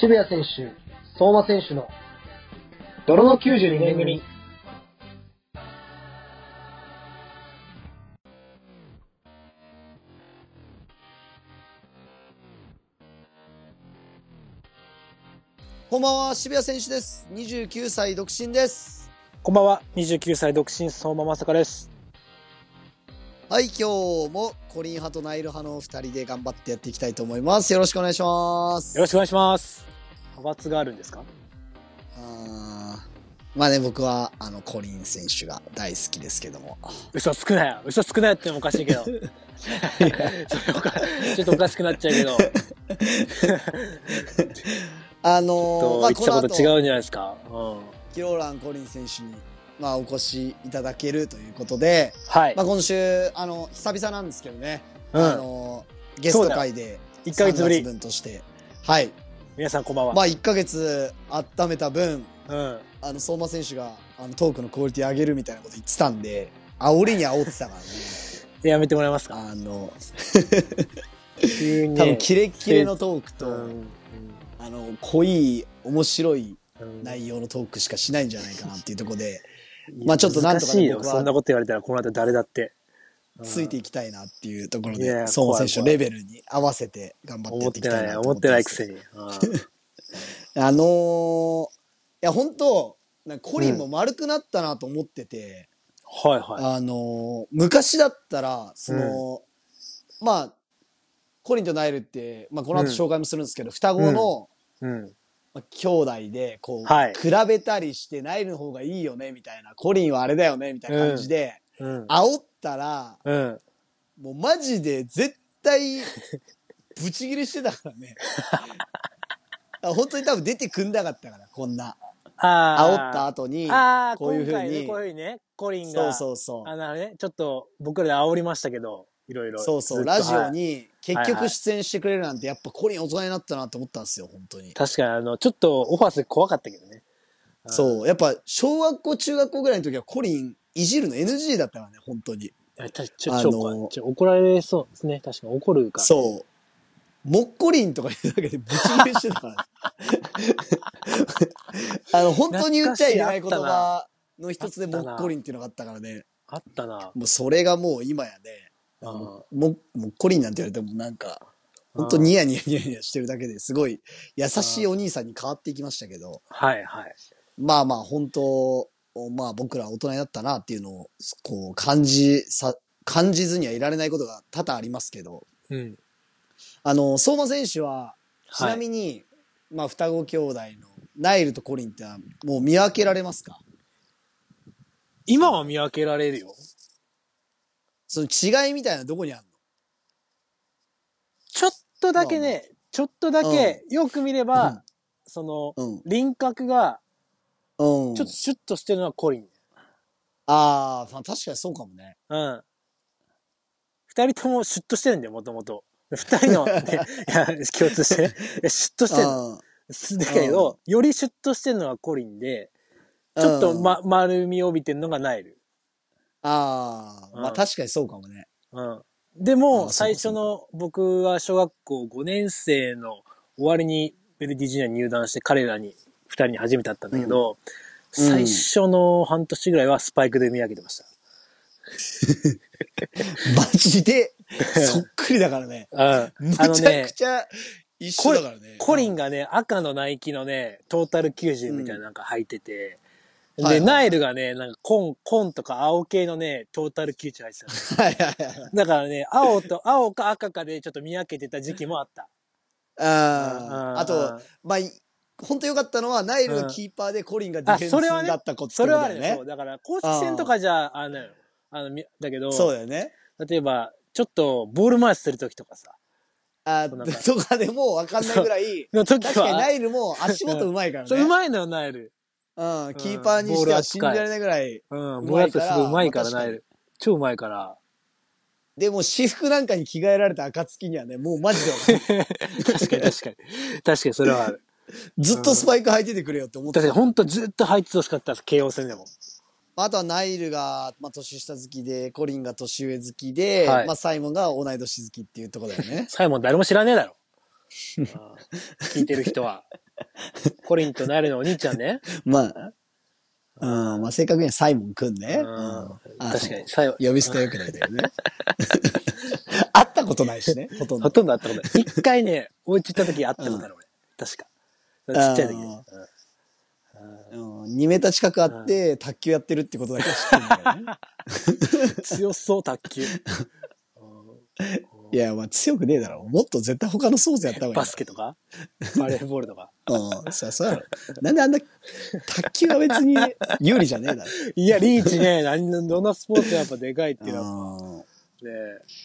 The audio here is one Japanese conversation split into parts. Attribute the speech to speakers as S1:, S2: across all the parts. S1: 渋谷選手、相馬選手の泥の92年組。
S2: こんばんは、渋谷選手です。29歳独身です。
S3: こんばんは、29歳独身相馬まさかです。
S2: はい、今日もコリン派とナイル派の2人で頑張ってやっていきたいと思います。よろしくお願いします。
S3: よろしくお願いします。派閥があるんですか？
S2: あーまあね、僕は、あの、コリン選手が大好きですけども。
S3: 嘘つくなよ。嘘つくなよってのもおかし いけど。それおか ちょっとおかしくなっちゃう けど、
S2: あのー、ま
S3: と
S2: あ、
S3: 言ってたこと違
S2: う。
S3: うんじゃないですか。うん。
S2: キローラン・コリン選手に、まあ、お越しいただけるということで、
S3: はい
S2: まあ、。今週、あの、久々なんですけどね、あ
S3: うん。
S2: のー、ゲスト会で、
S3: 一ヶ月ぶ
S2: 3
S3: り。
S2: 分として、はい。
S3: 皆さんこんばん
S2: ま
S3: は。
S2: あ、1ヶ月温めた分、
S3: うん。
S2: あの相馬選手があのトークのクオリティ上げるみたいなこと言ってたんで煽りに煽ってた からね
S3: やめてもらえますか？
S2: あの
S3: 急に
S2: 多分キレッキレのトークと、
S3: うん
S2: あの濃い面白い
S3: うん
S2: 内容のトークしかしないんじゃないかなっていうところでまあちょっとなんとかね
S3: 難しいよ。
S2: 僕は
S3: そんなこと言われたらこの後誰だって。うん
S2: ついていきたいなっていうところ
S3: いやい
S2: で
S3: や
S2: 相馬選手の
S3: 怖
S2: レ
S3: い
S2: ベルに合わせて頑張って
S3: 思
S2: や
S3: っ
S2: ってい
S3: て
S2: きたい
S3: な
S2: ないと
S3: 思
S2: 思っ
S3: ってて
S2: ます
S3: ないくせに。
S2: あのーいや本当なんかコリンも丸くなったなと思ってて、
S3: うんはいはい。
S2: あのー昔だったらその、まあコリンとナイルって、まあ、この後紹介もするんですけど、双子の、
S3: うん。
S2: まあ、兄弟でこう、
S3: はい
S2: 比べたりしてナイルの方がいいよねみたいなコリンはあれだよねみたいな感じで、
S3: うん。
S2: 煽ったら
S3: うん。
S2: もうマジで絶対ブチギレしてたから ね。あ本当に多分出てくんなかったからこんな煽
S3: あ
S2: った後に
S3: ああ、
S2: こういう風に
S3: 今回ねこういうふうにね、コリン
S2: そう
S3: が、
S2: そうそう
S3: あのね、ちょっと僕らで煽りましたけど、いろいろ。
S2: そうそ
S3: ず
S2: う、
S3: っと
S2: ラジオ
S3: はい
S2: に結局出演してくれるなんて、やっぱコリン大人になったなって思ったんですよ、本当に。
S3: 確かに、あの、ちょっとオファーする怖かったけどね。うん。
S2: そう、やっぱ小学校、中学校ぐらいの時はコリンいじるの NG だったからね、本当に。
S3: あちょ、ち
S2: あの
S3: ょ、ちょ怖いちょ怒られそうですね。確かに怒るから。
S2: そう。もっこりんとか言うだけでブチ切れしてた から、ね、あの、本当に言っちゃいけない言葉の一つでも
S3: 懐かし
S2: っ
S3: い
S2: こりんっていうのがあったからね。
S3: あったな。
S2: もうそれがもう今やね、あ
S3: うん
S2: のももっこりんなんて言われてもなんか、本当にニヤニヤニヤニヤしてるだけですごい優しいお兄さんに変わっていきましたけど。
S3: はいはい。
S2: まあまあ本当、まあ僕ら大人になったなっていうのを、こう感じさ、感じずにはいられないことが多々ありますけど、
S3: うん。
S2: あの、相馬選手は、ちなみに、まあ双子兄弟のナイルとコリンってのはもう見分けられますか
S3: 今は見分けられるよ。
S2: その違いみたいなのどこにある
S3: ちょっとだけね、ちょっとだけ、よく見れば、
S2: うん
S3: その、
S2: の
S3: 輪郭が、
S2: うん。うん。
S3: ちょっとシュッとしてるのはコリン。
S2: ああ、まあ確かにそうかもね。
S3: うん。二人ともシュッとしてるんだよ、もともと。二 人の、ね、いや共通してね、いやシュッとしてるの。
S2: うん
S3: すだけど、よりシュッとしてるのはコリンで、ちょっと、ま、丸みを帯びてるのがナイル。
S2: ああ、まあ
S3: うん
S2: 確かにそうかもね。
S3: うん。で
S2: あ
S3: も、
S2: そう
S3: 最初の僕は小学校5年生の終わりにベルディジュニアに入団して彼らに、二人に初めて会ったんだけど、
S2: うん
S3: 最初の半年ぐらいはスパイクで見上げてました。
S2: マジで、そっくりだからね。
S3: うん。あ
S2: むち
S3: の
S2: ゃ
S3: ね
S2: く、ちゃ一緒だからね。
S3: コリ
S2: う
S3: ン
S2: ん
S3: がね、赤のナイキのね、トータル90みたいななんか履いてて、
S2: うん
S3: で、
S2: はいはいはい
S3: ナイルがね、なんかコン、コンとか青系のね、トータル90履いてたの。
S2: はいはいはいはい。
S3: だからね、青と、青か赤かでちょっと見分けてた時期もあった。
S2: あ
S3: うん
S2: ーあと、、まあ、い本当良かったのは、ナイルのキーパーでコリンがディフェン
S3: あそれは
S2: ス
S3: ね
S2: だったこと
S3: それはあ
S2: ってこと
S3: るね、
S2: だ
S3: そ
S2: よ
S3: う。だから、公式戦とかじゃ、あの、あの、みだけど、
S2: そうだよね。
S3: 例えば、ちょっとボール回しするときとかさ、
S2: あ
S3: そうなんか
S2: ーとかでも分かんないぐらい、
S3: の時
S2: 確かにナ
S3: は、
S2: イルも足元うまいから
S3: そう、う
S2: ね。
S3: まいのよ、ナイル。
S2: うん、キーパーにしては信じられないぐらい。
S3: うん、
S2: う
S3: ボー
S2: ま
S3: ル
S2: いか
S3: 扱い
S2: ら
S3: すごいうまいから、
S2: まあ
S3: ナイル。超うまいから。
S2: でも私服なんかに着替えられた暁にはね、もうマジで分か んない
S3: 確かに確かに。確かにそれはある。
S2: ずっとスパイク履いててくれよって思って
S3: だって
S2: た。
S3: ほんとずっと入っててほしかったです、慶応戦でも。
S2: まあ、あとはナイルが、まあ、年下好きで、コリンが年上好きで、
S3: はい。
S2: まあ、サイモンが同い年好きっていうところだよね
S3: サイモン誰も知らねえだろ。ああ聞いてる人は。コリンとナイルのお兄ちゃんね。
S2: まあ、うん、まあ、正確にはサイモンくんね。
S3: うん確かに。。サイモン
S2: 呼び捨てはよくないだよ ね。会ったことないしね、ほとん
S3: ほ
S2: ど。
S3: とんど会ったことない。一回ね、お家行った時会ったことある、俺。確か。ちっちゃい時ね。
S2: あ
S3: うん
S2: うん、2メーター近くあって、卓球やってるってことだけは知ってるんだよ ね。
S3: 強そう、卓球。
S2: いや、まあ強くねえだろ。もっと絶対他のスポーツやった方がいい。
S3: バスケとかバレーボールとか。
S2: うん、そうそうやろ。なんであんな、卓球は別に有利じゃねえだろ。
S3: いや、リーチね、何のどんなスポーツやっぱでかいっていうのは
S2: うん
S3: ね、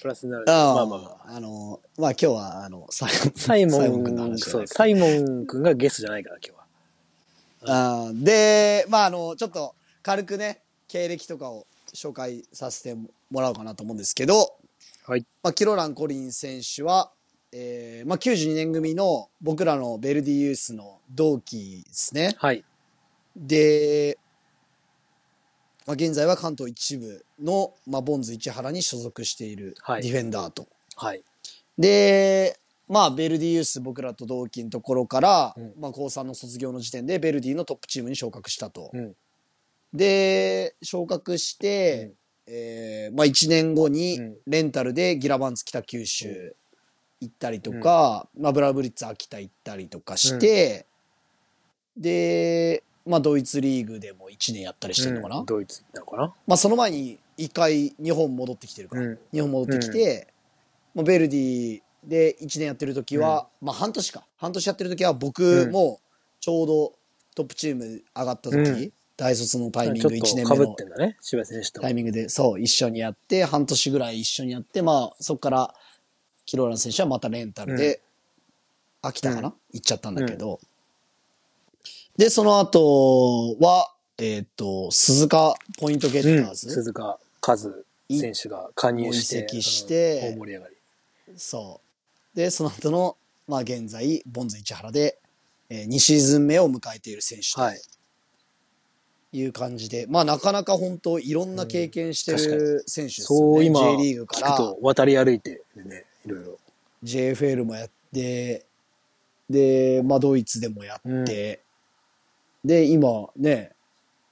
S3: プラスになる。
S2: あ
S3: まあまあまあ。
S2: あ。あの、まあ今日は、あの、サイモン。
S3: サイモン
S2: 君の
S3: 君、
S2: 話
S3: そう、
S2: です。
S3: サイモン君がゲストじゃないから、今日は。
S2: あーで、まああの、ちょっと軽くね、経歴とかを紹介させてもらおうかなと思うんですけど、
S3: はい。
S2: まあ、キロラン・コリン選手は、えーまあ、92年組の僕らのベルディユースの同期ですね。
S3: はい。
S2: で、まあ、現在は関東一部の、まあ、ボンズ市原に所属している
S3: はい
S2: ディフェンダーと。
S3: はい。
S2: で、まあ、ベルディユース僕らと同期のところから、
S3: うん
S2: まあ、高3の卒業の時点でベルディのトップチームに昇格したと。
S3: うん。
S2: で、昇格して、えーまあ、1年後に
S3: うん
S2: レンタルでギラバンツ北九州行ったりとか、まあ、ブラブリッツ秋田行ったりとかして、で、まあ、ドイツリーグでも1年やったりしてるのかな、
S3: うんドイツなのかな
S2: まあ、その前に1回日本戻ってきてるから、
S3: うん
S2: 日本戻ってきて、まあ、ベルディで1年やってる時は、まあ半年か半年やってる時は僕もちょうどトップチーム上がった時、
S3: うん
S2: 大卒のタイミン
S3: ちょ
S2: グ
S3: っ
S2: 1
S3: と
S2: 年
S3: か
S2: 目
S3: ぶ
S2: の
S3: ってんだね、渋谷選手と。
S2: タイミングでそう一緒にやって半年ぐらい一緒にやってまあそこからキローラン選手はまたレンタルで、秋田かな、
S3: う
S2: 行っちゃったんだけど、でその後はえっ、と鈴鹿ポイントゲッタ
S3: う
S2: ー
S3: ん。
S2: ズ、
S3: 鈴鹿和選手が加入して、
S2: もう移籍して
S3: うん大盛り上がり。
S2: そう。で、その後の、まあ現在、ボンズ市原で、え2シーズン目を迎えている選手
S3: はい。
S2: という感じで、まあなかなか本当いろんな経験して
S3: うん確
S2: る選手ですよね。
S3: そう、今、
S2: J リーグか
S3: 聞く
S2: ら
S3: と、渡り歩いてるね、いろいろ。
S2: JFL もやって、で、まあドイツでもやって、で、今ね、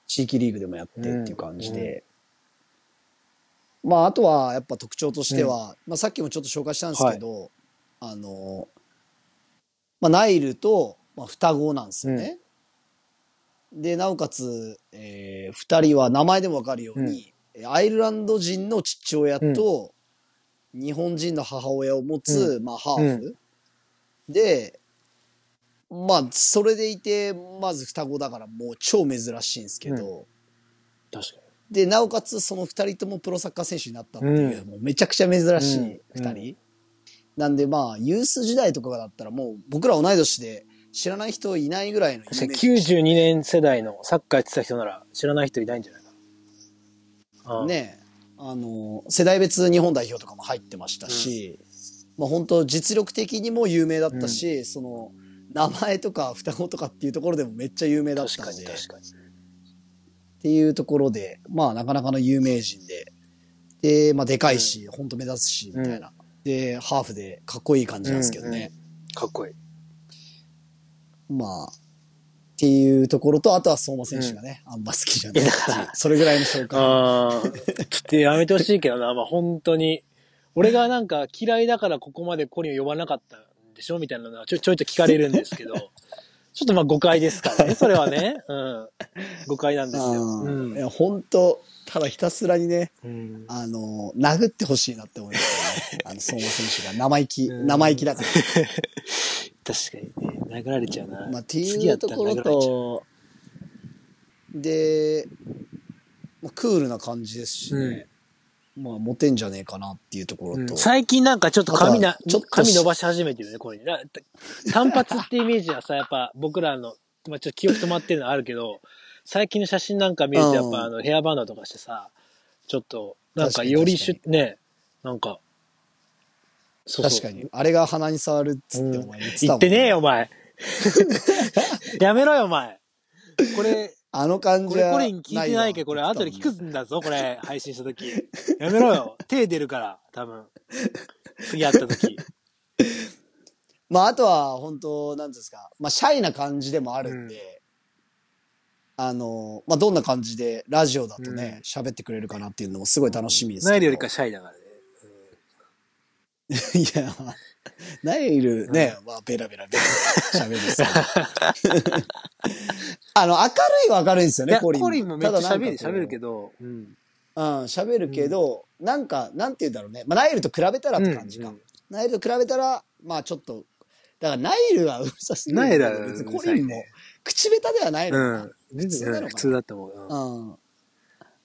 S2: 地域リーグでもやってっていう感じで、まああとはやっぱ特徴としては、まあさっきもちょっと紹介したんですけど、あの、まあナイルと、まあ、双子なんですよね。で、なおかつ、えー二人は名前でもわかるように、アイルランド人の父親と、日本人の母親を持つ、まあ、ハーフ、で、まあ、それでいて、まず双子だからもう超珍しいんですけど、
S3: 確か
S2: で、なおかつその二人ともプロサッカー選手になったっていう、
S3: う
S2: もうめちゃくちゃ珍し
S3: う
S2: い
S3: ん
S2: 二人。なんでまあ、ユース時代とかだったらもう僕ら同い年で知らない人いないぐらいのイメー
S3: に。
S2: ジ
S3: 92年世代のサッカーやってた人なら知らない人いないんじゃないかな。うん。
S2: ねあの世代別日本代表とかも入ってましたし、まあ、本当実力的にも有名だったし、その名前とか双子とかっていうところでもめっちゃ有名だっ
S3: 確
S2: た
S3: か
S2: の
S3: に
S2: で
S3: 確かに。
S2: っていうところでまあなかなかの有名人でで,、まあ、でかいし、本当目立つしみたいな、でハーフでかっこいい感じなんですけどね、
S3: かっこいい。
S2: まあっていうところとあとは相馬選手がね、あんま好きじゃないっていうそれぐらいの紹介
S3: ああ、ちょっとやめてほしいけどな、まあ本当に。俺がなんか嫌いだからここまでコリンを呼ばなかったんでしょみたいなのはちょちょいちょい聞かれるんです けど、ちょっとまあ誤解ですからね、それはね。うん。誤解なんですよ。う
S2: うんい
S3: ん
S2: や本当ただひたすらにね
S3: うん。
S2: あの、殴ってほしいなって思います よね。あの、相馬選手が生意気、
S3: うん
S2: 生意気だか
S3: 確かにね、殴られちゃうな。
S2: ら。まあ、っていうところ
S3: 次やったら殴られちゃう、
S2: と、で、まあ、クールな感じですしね、まあ、モテんじゃねえかなっていうところ
S3: うん
S2: と、
S3: 最近なんかちょっと髪
S2: あ
S3: な
S2: とはちょっ、と
S3: 髪伸ばし始めてるね、コリン。な単発ってイメージはさ、やっぱ 僕らの、まあちょっと記憶止まってるのはあるけど、最近の写真なんか見ると、やっ
S2: うん
S3: ぱあのヘアバンドとかしてさ、ちょっと、なん
S2: 確
S3: か
S2: かに
S3: よりしゅ、ね、なんか、そ
S2: 確か。に、あれが鼻に触るっつってお前言ってた
S3: 言
S2: もん、
S3: ってねえよ、お前。やめろよ、お前。これ、
S2: あの感
S3: こ
S2: じは
S3: れ、コリン聞いてないけど、これ、
S2: わ
S3: 後で聞くんだぞ、これ、配信し た時。やめろよ。手出るから、多分。次会った時。
S2: まあ、あとは、本当なんていうんですか、まあ、シャイな感じでもあるんで、あの、まあ、どんな感じで、ラジオだとね、喋、ってくれるかなっていうのもすごい楽しみですけど。
S3: ナイルよりかシャイだからね。
S2: いや、ナイルね、まあ、ベラベラベラ喋るんですけど。 あの、明るいは明るいんですよ
S3: い
S2: ね、
S3: や
S2: コ
S3: コ
S2: リン。
S3: リンもめっちゃ喋る、喋るけ
S2: ど。
S3: ど。うん。
S2: うん、喋るけど、なんか、なんて言うんだろうね。まあ、ナイルと比べたらって感じか。
S3: うんうん
S2: ナイルと比べたら、まあ、ちょっと、だからナイルはうるさすぎるんだけど。
S3: ナイルはうるさ
S2: 別
S3: い
S2: に
S3: ね
S2: コリンも、口下手ではないの
S3: う
S2: かな。
S3: ん。全
S2: 通なのか
S3: 然
S2: な
S3: 普通だと思う。うん
S2: うん。うん。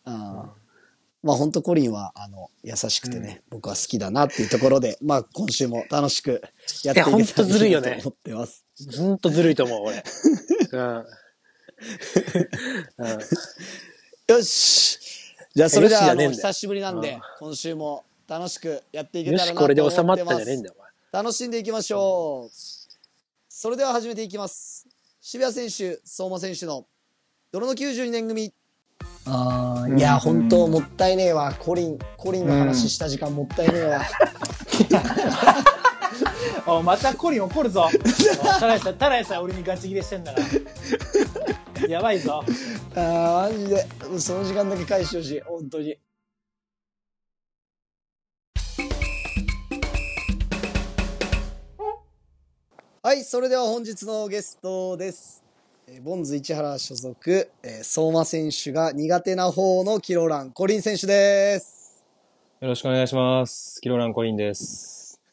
S2: まあ本当コリンは、あの、優しくてね、僕は好きだなっていうところで、まあ今週も楽しくやっていけたら
S3: いや本当ずるいよね
S2: なと思ってます。
S3: ほんとずるいと思う、 俺。うん。うん
S2: よしじゃあそれで
S3: よし
S2: は、
S3: じ
S2: あ
S3: ゃねえ
S2: の、
S3: んだよ
S2: 久しぶりなん
S3: う
S2: で
S3: ん、
S2: 今週も楽しくやっていけた
S3: よ
S2: らなと思
S3: し、
S2: っ
S3: こ
S2: て
S3: れ
S2: ます。
S3: で収まったじゃねえんだよ、お前。
S2: 楽しんでいきましょう。それでは始めていきます。渋谷選手、相馬選手の泥の92年組。あーいや、本当もったいねえわ。コリン、コリンの話した時間もったいねえわ。
S3: おまたコリン怒るぞタラヤさんタラヤさん俺にガチ切れしてん だからやばいぞ
S2: ああ、マジで。その時間だけ返してほしい。本当に。はい、それでは本日のゲストです。えーボンズ市原所属、えー相馬選手が苦手な方のキロラン、コリン選手です。
S4: よろしくお願いします。キロランコリンです。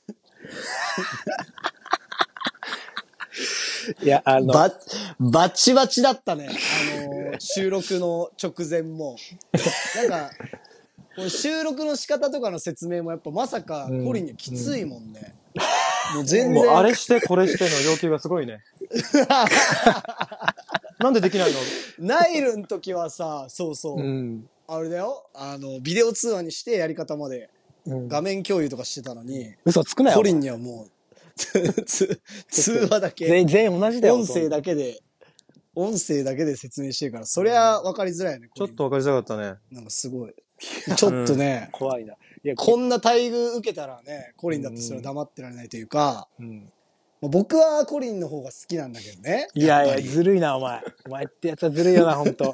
S3: いやあの
S2: ババチバチだったね。あのー収録の直前も。なんか、この収録の仕方とかの説明もやっぱまさか
S4: うん
S2: コリンにはきついもんね。もう全
S4: もう
S2: 然。
S4: あれしてこれしての要求がすごいね。なんでできないの
S2: ナイルの時はさ、そうそう、
S3: うん、
S2: あれだよ。あの、ビデオ通話にしてやり方まで
S3: うん、
S2: 画面共有とかしてたのに、
S3: 嘘つくなよ
S2: コリンにはもう、つつ通話だけ、
S3: 全員全員同じだよ
S2: 音声だけで、音声だけで説明してるから、そりゃ分かりづらいよね。
S4: ち
S2: コ
S4: ょっ
S2: リン
S4: とわかりづらかったね。
S2: なんかすごい。ちょっとね、
S3: 怖いないや
S2: こんな待遇受けたらね、コリンだってそれは黙ってられないというか、
S4: うん。
S2: まあ僕はコリンの方が好きなんだけどね。
S3: いやい
S2: っぱ
S3: や
S2: り
S3: ずるいなお前お前ってやつはずるいよな本
S2: い
S3: 当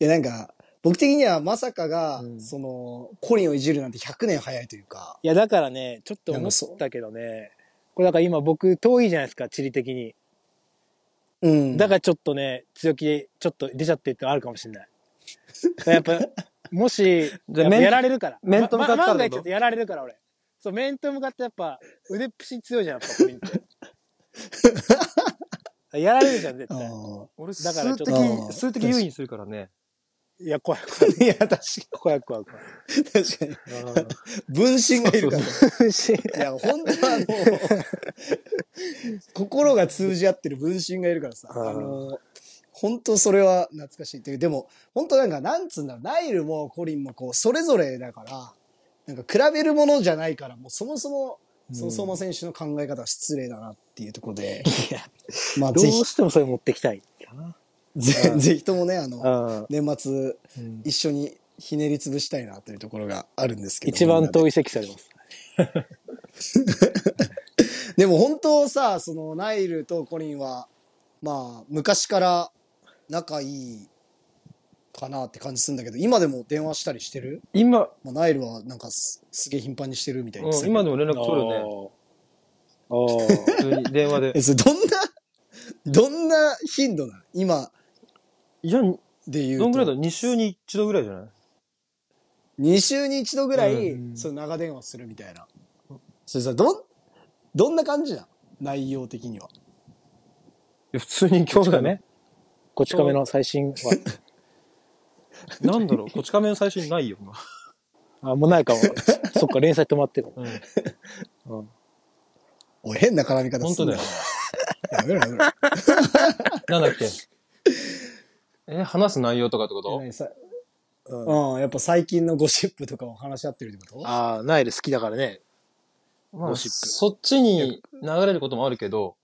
S2: やなんか、僕的にはまさかが、
S3: うん
S2: その、コリンをいじるなんて100年早いというか、
S3: いやだからねちょっと思ったけどねこれだから今僕遠いじゃないですか地理的に
S2: うん。
S3: だ
S2: だか
S3: からちょっとね強気でちょっと出ちゃってってのあるかもしれないだからやっぱもし
S4: じゃあ
S3: やっぱ
S4: 面
S3: やられるから
S4: 面と向かったら
S3: まま万が
S4: どう
S3: 一ちょっとやられるから俺そう面と向かってやっぱ腕っぷし強いじゃんやっぱコリンってやられるじゃん絶
S2: ら、
S3: 対
S4: 俺、数
S3: だからちょっ
S4: 的
S3: と
S2: あー、
S4: 数的優位にするからね。
S3: いや怖い怖い
S2: いや、確か
S3: 怖い怖い怖い
S2: に、確かに。分身がいるから。 いや、本当はあの、心が通じ合ってる分身がいるからさ、
S3: うん
S2: あの、本当それは懐かしいっていう。でも、本当なんか、なんつうんだろう、ナイルもコリンもこう、それぞれだから、なんか比べるものじゃないから、もうそもそも、その相馬選手の考え方は失礼だなっていうところで、 まあ
S3: どう
S2: ぜひ、
S3: してもそれ持ってきたい
S2: ぜぜひともね、あ
S3: う
S2: の、
S3: ん
S2: 年末
S4: うん
S2: 一緒にひねり潰したいなというところがあるんですけど。
S3: 一番
S2: い
S3: 遠い席されます
S2: でも本当さ、そのナイルとコリンは、まあ昔から仲いいかなって感じするんだけど、今でも電話したりしてる、
S4: 今、
S2: まあ、ナイルはなんかすすげえ頻繁にしてるみたいな、
S4: うん今でも連絡取るね。
S3: おーおー
S4: 普通に電話で
S2: え、。それどんな、 どんな頻度なの今
S4: いや、
S2: で言うと。
S4: どんぐらいだ ?2 週に1度ぐらいじゃない
S2: ?2 週に1度ぐらい、
S4: うん
S2: その長電話するみたいな。それさ、どん、どんな感じなの内容的には。
S4: や普通に今日だね。
S3: こち亀の最新は
S4: なんだろう、こち亀の最初にないよ、今
S3: あもうないかも そっか連載止まってる
S4: うん。
S2: おい、変な絡み方
S4: 本
S2: す
S4: 当
S2: る
S4: だ
S2: なや
S4: よ。。
S2: めろやめろ。
S4: なんだっけ。え、話す内容とかってこと
S2: 何さうん、やっぱ最近のゴシップとかを話し合ってるってこと
S3: ああナイル好きだからね
S4: ま
S3: ゴ
S4: あ、
S3: シップ
S4: そっちに流れることもあるけど、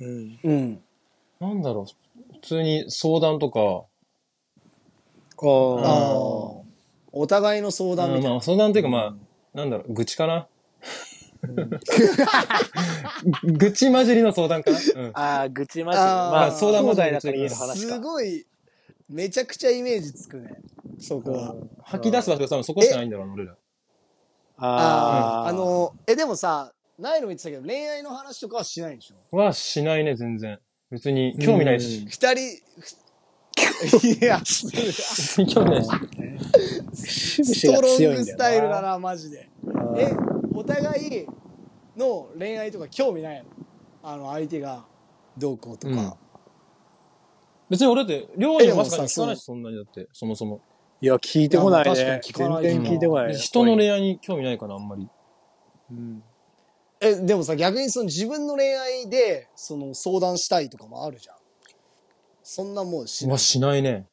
S3: うん
S2: うん。
S4: なんだろう、普通に相談とか、
S2: ああー。お互いの相談みたい
S4: ま
S2: な
S4: あ、。相談というか、まあ、なんだろう、愚痴かな愚痴混じりの相談かな、うん
S3: ああ、愚痴まじ。
S2: あー
S3: まあ、相談
S4: 兄
S3: 問
S4: 弟
S3: 題だ
S4: だ
S3: か
S4: か
S3: らら言
S4: 言え
S3: え
S4: る
S3: る
S4: 話
S3: 話
S2: す
S3: か。
S2: ごい、めちゃくちゃイメージつくね。そこは。
S4: 吐き出す場所が多分そこしかないんだろうな、俺ら。
S2: あ
S3: ー
S2: あの、え、でもさ、ないの言ってたけど、恋愛の話とかはしないんでしょ
S4: はしないね、全然。別に、興味ない し。
S2: 二人、ふ いや、ス
S4: 別に興味ないし。
S2: ストロングスタイルだな、マジで。
S3: うん
S2: え、お互いの恋愛とか興味ないのあの、相手がどうこうと
S4: うん
S2: か。
S4: 別に俺だって、両にまさかに聞かないし、そんなにだって、そもそも。
S3: いや、聞いてこない
S2: いやまあ
S3: ね。
S2: 確かに聞か
S3: 全
S2: ない
S3: 然聞いてこない。
S4: 人の恋愛に興味ないから、あんまり。
S2: え、でもさ、逆にその自分の恋愛で、その相談したいとかもあるじゃん。そんなもうし
S4: う
S2: ない
S4: わ、。しないね。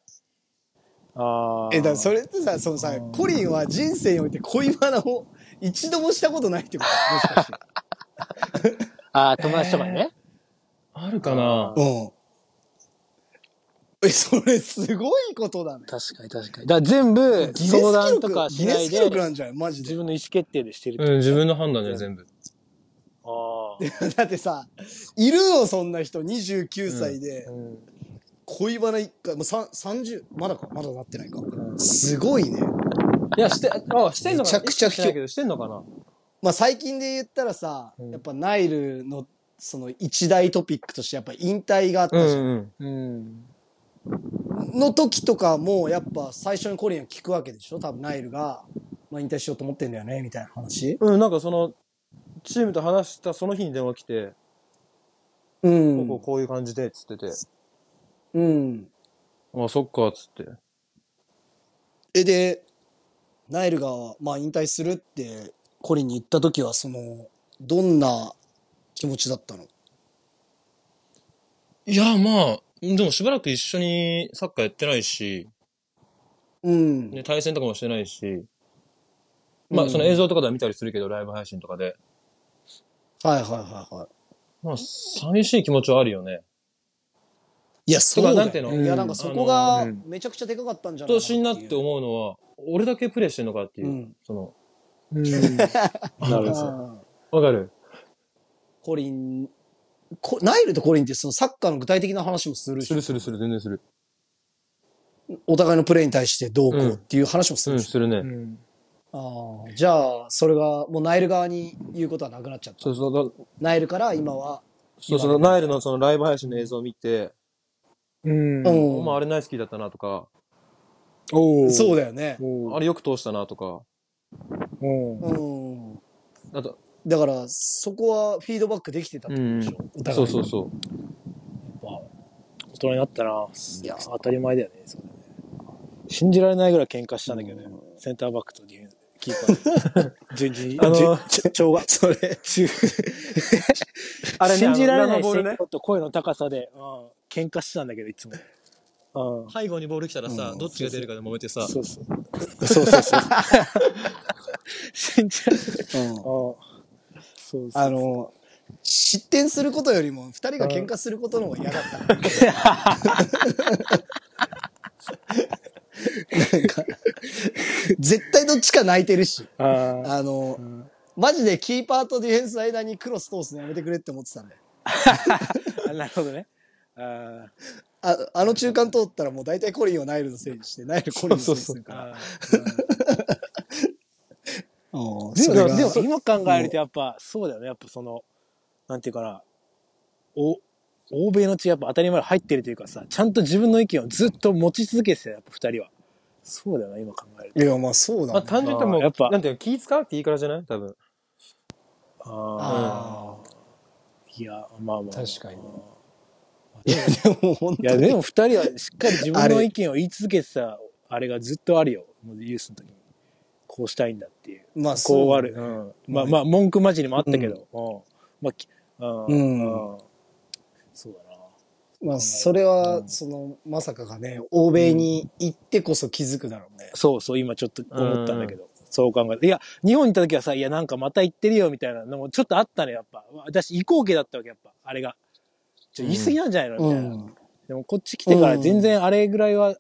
S3: あー
S2: え、だからそれってさ、そのさ、コリンは人生において恋バナを一度もしたことないってこともし かして。
S3: あー友達とかにね。
S4: あるかな
S2: うん。え、それすごいことだね。
S3: 確かに確かに。だから全部
S2: ギネス記
S3: 相
S2: 録
S3: 談とかしな
S2: ギネス
S3: い
S2: 記
S3: で
S2: 録、なんじゃないマジ
S3: 自
S2: で。
S3: 分の意思決定でしてるって
S4: うん、自分の判断だよ、全部。
S3: あー
S2: だってさ、いるよ、そんな人。29歳で、恋バナ一回、もうさん30、まだか、まだなってないか。すごいね。
S4: いや、して、あ、してんのかな
S2: めちゃくちゃ
S4: 意識してないけど、してんのかな
S2: まあ最近で言ったらさ、やっぱナイルの、その一大トピックとしてやっぱ引退があったじゃん。
S4: うん。
S3: うん。
S2: の時とかもやっぱ最初にコリンは聞くわけでしょ多分ナイルが、まあ、引退しようと思ってんだよねみたいな話
S4: うん、なんかその、チームと話したその日に電話来て、
S2: う
S4: こうんこうこういう感じで、つってて。
S2: うん
S4: あ、そっか、つって。
S2: えでナイルが、まあ、引退するってコリンに言った時はそのどんな気持ちだったの
S4: いや、まあ、でもしばらく一緒にサッカーやってないし、
S2: うん、
S4: ね、対戦とかもしてないし、まあ、その映像とかでは見たりするけど、ライブ配信とかで。
S2: はいはいはいはい
S4: まあ、寂しい気持ちはあるよね。
S2: いやそうだよ
S4: なんていうの
S2: いやなんかそこ
S4: あ
S2: が
S4: の
S2: めちゃくちゃでかかったんじゃ
S4: 今
S2: ない
S4: 年になって
S2: 思
S4: 思うのは、俺だけプレイしてんのかっていう。
S2: うん
S4: その、
S3: なるほど。
S2: う
S4: わかる
S2: コリンこナイルとコリンってそのサッカーの具体的な話もするし
S4: するするする、全然する。
S2: お互いのプレーに対してどうこうっていう話もす
S4: う
S2: る
S4: ん、
S2: し、
S4: するね。
S2: ああ、じゃあ、それが、もうナイル側に言うことはなくなっちゃった。
S4: そうそう、だ
S2: ナイルから今は、
S4: そうそう、ナイルのそのライブ配信の映像を見て、
S3: うん
S2: う
S4: お
S2: ん
S4: 前あれナイスキーだったなとか、
S3: お
S2: そう
S3: だ。
S2: だよね。
S4: あれよく通したなとか、
S3: うん
S2: うん。
S4: あと、
S2: だから、そこはフィードバックできてたってことでしょ。お互い
S4: そう
S2: に
S4: そうそう。
S3: 大人になったな。
S2: いや
S3: 当たり前だよね、それね信じられないぐらい喧嘩したんだけどね。センターバックとディフェンス、キーパ ー。順次、
S4: あの
S3: 順調和。
S2: それ、
S3: あれ、信じられ
S4: あ
S3: な
S4: の
S3: い
S4: ボールね
S3: 声と声の高さで、うん喧嘩してたんだけど、いつも。うん
S4: 背後にボール来たらさ、どっちが出るかで揉めてさ、
S3: そうそう。そうそうそう。 信じられない。
S2: うん。
S3: そうそう。
S2: あの、失点することよりも、二人が喧嘩することの方が嫌だった。なんか、絶対どっちか泣いてるし。
S3: あ
S2: あの、マジでキーパーとディフェンスの間にクロス通すのやめてくれって思ってたんだよ。
S3: あ、なるほどね。あ
S2: ああの中間通ったらもう大体コリンをナイルのせいにして、ナイルコリンのせいにするから。
S3: あ。
S2: うん
S3: で
S2: それが
S3: も、でも今考えるとやっぱ、そうだよね。やっぱその、なんていうかな、お、欧米の血やっぱ当たり前に入ってるというかさ、ちゃんと自分の意見をずっと持ち続けてたよ、やっぱ二人は。そうだよな、今考えると。
S2: いや、まあそうだ、
S4: まあ
S2: ね。
S4: 単純にもう、
S3: まあやっぱ
S4: なんていうの、気使うっていいからじゃない多分。
S2: あ
S3: いや、まあまあ。
S2: 確かに。ーいや、でも本
S3: い
S2: 当
S3: や、
S2: に。
S3: でも二人はしっかり自分
S2: あ
S3: の
S2: れ
S3: 意見を言い続けてた、あれがずっとあるよ。もうユースの時に。こうしたいんだっていう。
S2: まあ
S3: こう
S2: そ
S3: あ
S2: うだ
S3: る。
S2: ね、
S3: うん。まあまあ、文句交じりもあったけど。うん。まあき、
S2: うん
S3: うん。そうだな。
S2: まあそれは、その、まさかがね、欧米に行ってこそ気づくだろうね。
S3: そうそう、今ちょっと思ったんだけど。そう考えて。いや、日本に行った時はさ、いや、なんかまた行ってるよ、みたいなのもちょっとあったね、やっぱ。私、移行期だったわけ、やっぱ。あれが。ちょ、言い過ぎなんじゃないのみたいな。
S2: うん
S3: でもこっち来てから全然あれぐらいは、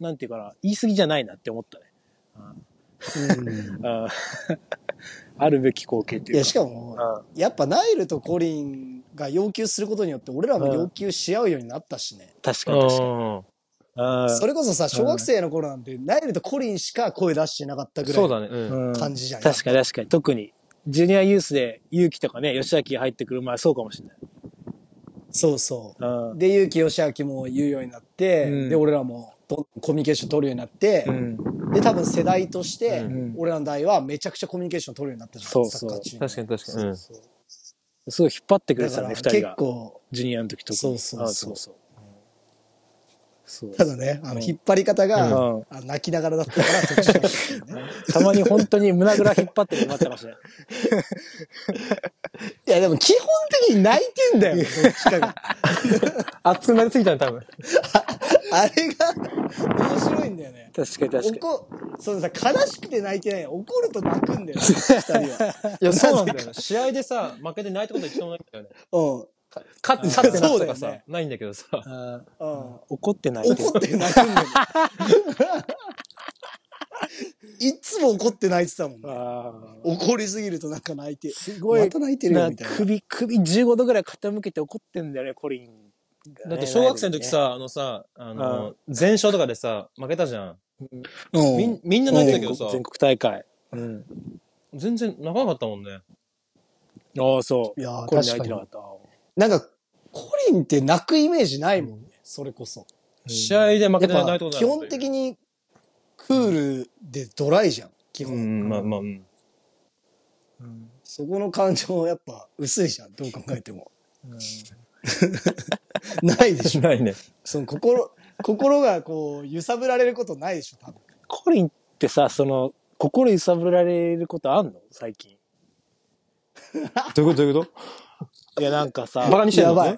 S3: なんていうかな、言い過ぎじゃないなって思ったね。あーあるべき光景って
S2: い
S3: いう
S2: や、
S3: か。
S2: しかも、やっぱナイルとコリンが要求することによって、俺らも要求し合うようになったしね。
S3: 確かに確か
S4: うん。
S3: に。
S2: それこそさ、小学生の頃なんて、ナイルとコリンしか声出してなかったぐら
S4: そ
S2: いうの
S4: だね。う。
S3: うんん
S2: 感じじゃん。
S3: 確かに確かに。特に、ジュニアユースで、勇気とかね、吉明が入ってくる前、そうかもしれない。
S2: そうそうう。
S3: ん。
S2: で、結城義明も言うようになって、
S3: うん
S2: で、俺らもどんどんコミュニケーション取るようになって、
S3: うん。
S2: で、多分世代として、
S3: うん
S2: 俺らの代はめちゃくちゃコミュニケーション取るようになったじゃん、
S3: そうそう
S2: サッカーチーム
S4: 確かに確かに。うん。
S3: すごい引っ張ってくれ
S2: だ
S3: て
S2: か
S3: たね、
S2: ら
S3: 二人
S2: 結
S3: が。
S2: 構、
S3: ジュニアの時とか。
S2: そうそうそう
S3: あそうそう。そう
S2: ただね、あ
S3: う
S2: の、
S3: ん
S2: 引っ張り方が、
S3: うん
S2: あの泣きながらだったから特殊なんですよね。
S3: たまに本当に胸ぐら引っ張ってもらってました ね。
S2: いや、でも基本的に泣いてんだよ、どっちかが。
S4: 熱くなりすぎたね、多分。
S2: あれが、面白いんだよね。
S3: 確かに確かに。
S2: 怒、そのさ、悲しくて泣いてない。怒ると泣くんだよ、二人は。
S4: いや、そうなんだよね。試合でさ、負けて泣いたこと一度もないんだよね。
S2: うん。
S4: 勝って、勝って泣くとか
S2: そうだよ
S4: さ
S2: ね、
S4: ないんだけどさ。
S3: あ
S2: うん。
S3: ー怒ってない
S2: 怒って泣くんだよ。いつも怒って泣いてたもんね。
S3: あー
S2: 怒りすぎるとなんか泣いて。す
S3: ごい
S2: また泣いてるよ、みたいな。
S3: 首、首15度ぐらい傾けて怒ってんだよね、コリンがね。
S4: だって小学生の時さ、あのさ、あの、全勝とかでさ、負けたじゃん。
S2: うん
S4: みん、みんな
S3: ラ
S4: 泣い
S3: イブでね、
S4: てたけどさ
S3: 全、国全国大会。うん。
S4: 全然泣かなかったもんね。
S3: ああ、そう。
S2: いやー
S3: コリン泣いてな
S2: 確
S3: かった。
S2: なんか、コリンって泣くイメージないもんね。それこそ。
S4: 試合で負
S2: や
S4: け
S2: って
S4: 泣い
S2: ぱ
S4: たことない。
S2: 基本的
S4: に。
S2: にクールでドライじゃん。基
S4: う
S2: 本。
S4: ん、まあまあ、うん。
S2: そこの感情はやっぱ薄いじゃん。どう考えても。ないでしょ。
S4: ないね。
S2: その心、心がこう揺さぶられることないでしょ、多分。
S3: コリンってさ、その、心揺さぶられることあんの最近。
S4: どういうことどういうこ
S3: いや、なんかさ。
S4: とバカにして
S2: や
S4: るの
S2: ば
S4: ね
S2: い。。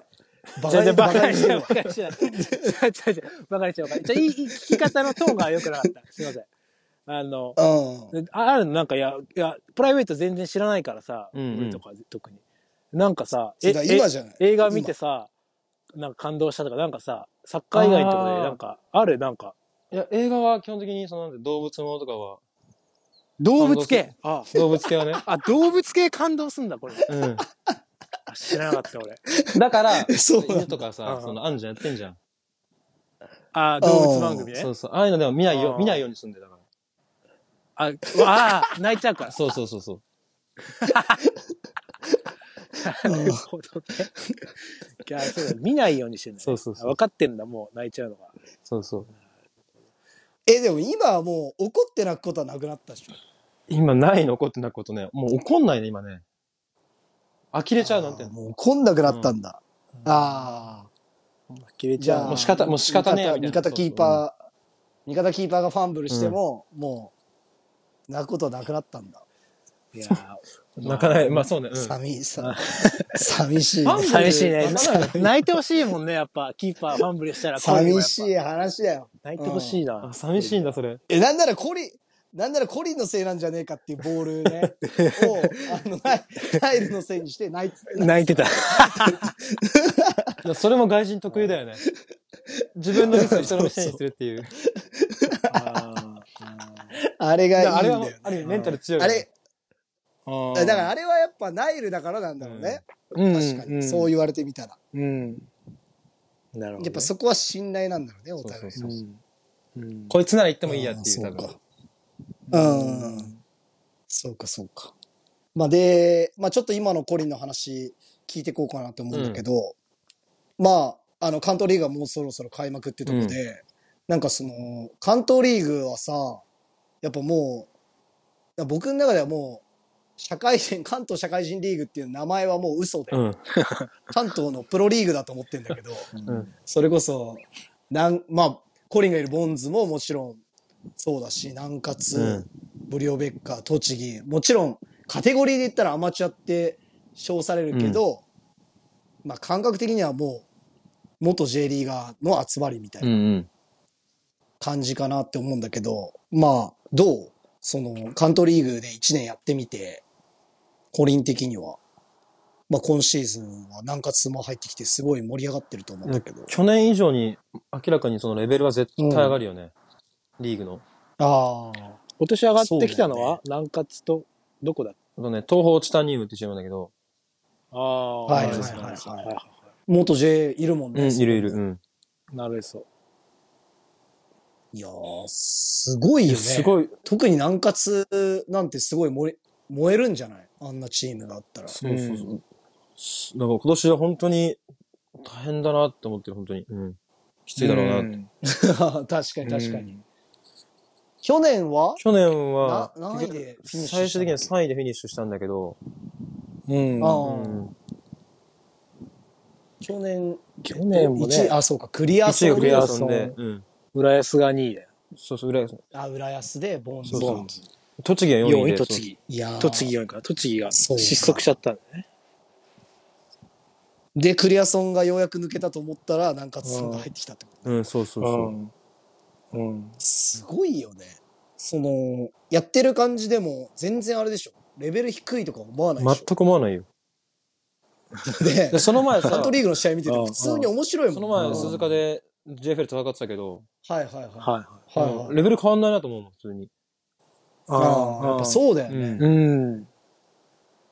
S2: バ
S3: じ
S2: カ
S3: ゃあじゃ
S2: に
S3: あバカにして
S2: る
S3: る。バカにしてる。違う違う違うバカにしてる。バカにしてる。じゃあいいいい聞き方のトーンが良くなかった。すいません。あの、
S2: う
S3: ああるのなんか、いや、いや、プライベート全然知らないからさ、
S4: うんうん
S3: 俺とか特に。なんかさ、
S2: ん。だから今じゃない。
S3: 映画見てさ、なんか感動したとか、なんかさ、サッカー以外のとかで、なんか、あるなんか、
S4: いや、映画は基本的に、その、なんて動物ものとかは、
S3: 動
S4: 物
S3: 物
S4: 系
S3: 系あ
S4: 動物系は ね。
S3: あ、動物系感動すんだ、これ。
S4: うん。
S3: あ知らなかった、俺。
S4: だから、
S2: そうなんだ
S4: 犬とか
S3: う
S4: さ、
S3: ん
S4: その、あんじゃんやってんじゃん。
S3: あ動物番組ね
S4: そ。うそう。ああいうのでも見ないよ
S3: あ、ー
S4: 見ないようにすんで、だか
S3: あ、うわあ、泣いちゃうから
S4: ら。。そうそうそうそう。
S3: なるほどね。いや、そうだ、見ないようにしてるんだね
S4: そうそうそう
S3: あ分かってんだ、もう泣いちゃうのが。
S4: そうそう。
S2: え、でも今はもう怒って泣くことはなくなったでしょ。
S4: 今ないの怒ってなくことね。もう怒んないね、今ね。呆れちゃうなんて。
S2: あー
S4: も
S2: もう怒んなくなったんだ。ああ。
S3: 切れち
S2: じ
S3: ゃ
S2: ゃ
S3: う。
S2: あ、
S4: もう仕方もう仕方ねえ
S2: 味方
S4: みたいな
S2: 味方キーパー、味方キーパーがファンブルしても、もう、泣くことはなくなったんだ。
S3: いや
S4: う泣かない。まあそうね。うん
S2: 寂しさ。寂しいね。
S4: ファンブル
S3: 寂しいね
S4: まあま。
S3: 泣いてほしいもんね、やっぱ、キーパー、ファンブルしたら。
S2: 寂し
S3: い。
S2: い話だよ。
S3: 泣いてほしいな
S4: あ。寂しいんだ、それ。
S2: え、なんならコリン、なんならコリンのせいなんじゃねえかっていうボールね、を、あの、ナイナイルのせいにして泣いて、
S3: 泣いてた。
S4: いやそれも外人得意だよね。自分のミスを人のせいにするっ ていう。
S2: あれがいいん
S4: あ
S2: だ
S4: れ
S2: よ
S4: はもう
S2: ね、
S4: ある意味メンタル強いよ
S2: あ
S4: ね。
S2: れ、
S3: あ
S2: だからあれはやっぱナイルだからなんだろうね。
S3: うん
S2: 確かに、そう言われてみたら。
S3: うん。なるほどね。
S2: やっぱそこは信頼なんだろうね、お互いの。
S4: そうそう
S3: うん。
S4: こいつなら言ってもいいやっていう、
S2: あ
S4: 多
S2: ー
S4: 分。
S2: そうか。うん。そうか、そうか。まあ、で、まあ、ちょっと今のコリンの話聞いていこうかなと思うんだけど、まあ、あの、関東リーグはもうそろそろ開幕ってとこで、なんかその、関東リーグはさ、やっぱもう、いや僕の中ではもう、社会人、関東社会人リーグっていう名前はもう嘘で、
S4: うん。
S2: 関東のプロリーグだと思ってんだけど、
S4: うん
S2: それこそ、なん、まあ、コリンがいるボンズももちろんそうだし、南葛、ブリオベッカー、栃木、もちろんカテゴリーで言ったらアマチュアって称されるけど、まあ感覚的にはもう、元 J リーガーの集まりみたい
S4: うんう。
S2: なん感じかなって思うんだけど、まあ、どうその、関東リーグで1年やってみて、コリン的には。まあ、今シーズンは南葛も入ってきてすごい盛り上がってると思うんだけど。
S4: 去年以上に明らかにそのレベルは絶対上がるよね。リーグの。
S2: ああ。
S3: 今年上がってきたのは、南葛と、どこだ
S4: あとね、東方チタニウムってチームなんだけど、
S3: ああ、
S2: はい
S3: なるほど
S2: はいはいはい
S3: なる
S2: 元 J いるもん
S4: う
S2: ね。
S4: ん、いるいる。うん。
S3: ほどなるへそ。
S2: いやー、すごいよね。
S4: すごい。
S2: 特に南葛なんてすごい燃え燃えるんじゃないあんなチームがあったら。
S4: そうそうそう。すだから今年は本当に大変だなって思ってる、本当に。うん。きついだろうなって。
S3: ん
S2: 確かに確かに。去年は
S4: 去年は、
S2: な何位でフィニッシュした
S4: 最終的には3位でフィニッシュしたんだけど、
S3: うん。
S2: あ
S4: う
S2: ー
S4: ん。
S2: 去年、
S3: 去年も
S2: 一
S3: ね
S2: 位、あ、そうか、クリア
S4: 1位
S2: ソ
S4: が
S2: ン
S4: ク
S2: で
S4: リアソンで、うん。
S3: 浦安が2位だよ。
S4: そうそう、浦安
S2: あ、浦安で、ボンズ。
S4: そう
S3: ボンズ
S4: 栃木が
S3: 4
S4: 4位
S3: 位、
S4: で。
S3: 栃木。
S2: いやー
S3: 栃木4位から。栃木が
S2: そうか
S3: 失速しちゃったんだね。
S2: で、クリアソンがようやく抜けたと思ったら、南葛さんが入ってきたってこと。
S4: そううん、そうそうそ
S3: う。
S4: う。
S3: うん。
S2: すごいよね。その、やってる感じでも、全然あれでしょ。レベル低いとか思わないでし
S4: 全く思わないよ。
S2: ょ。で
S4: で、、その前
S2: カン
S4: さ
S2: ト、リーグの試合見てて、普通に面白いもん。
S4: その前
S2: うん
S4: 鈴鹿で JFL 戦ってたけど、
S2: はいはいはい。
S3: はいはい。
S2: はいはい。
S4: レベル変わんないなと思うもん、普通に。
S2: ああ、やっぱそうだよ
S4: う
S2: ね。
S4: ん。
S3: うん。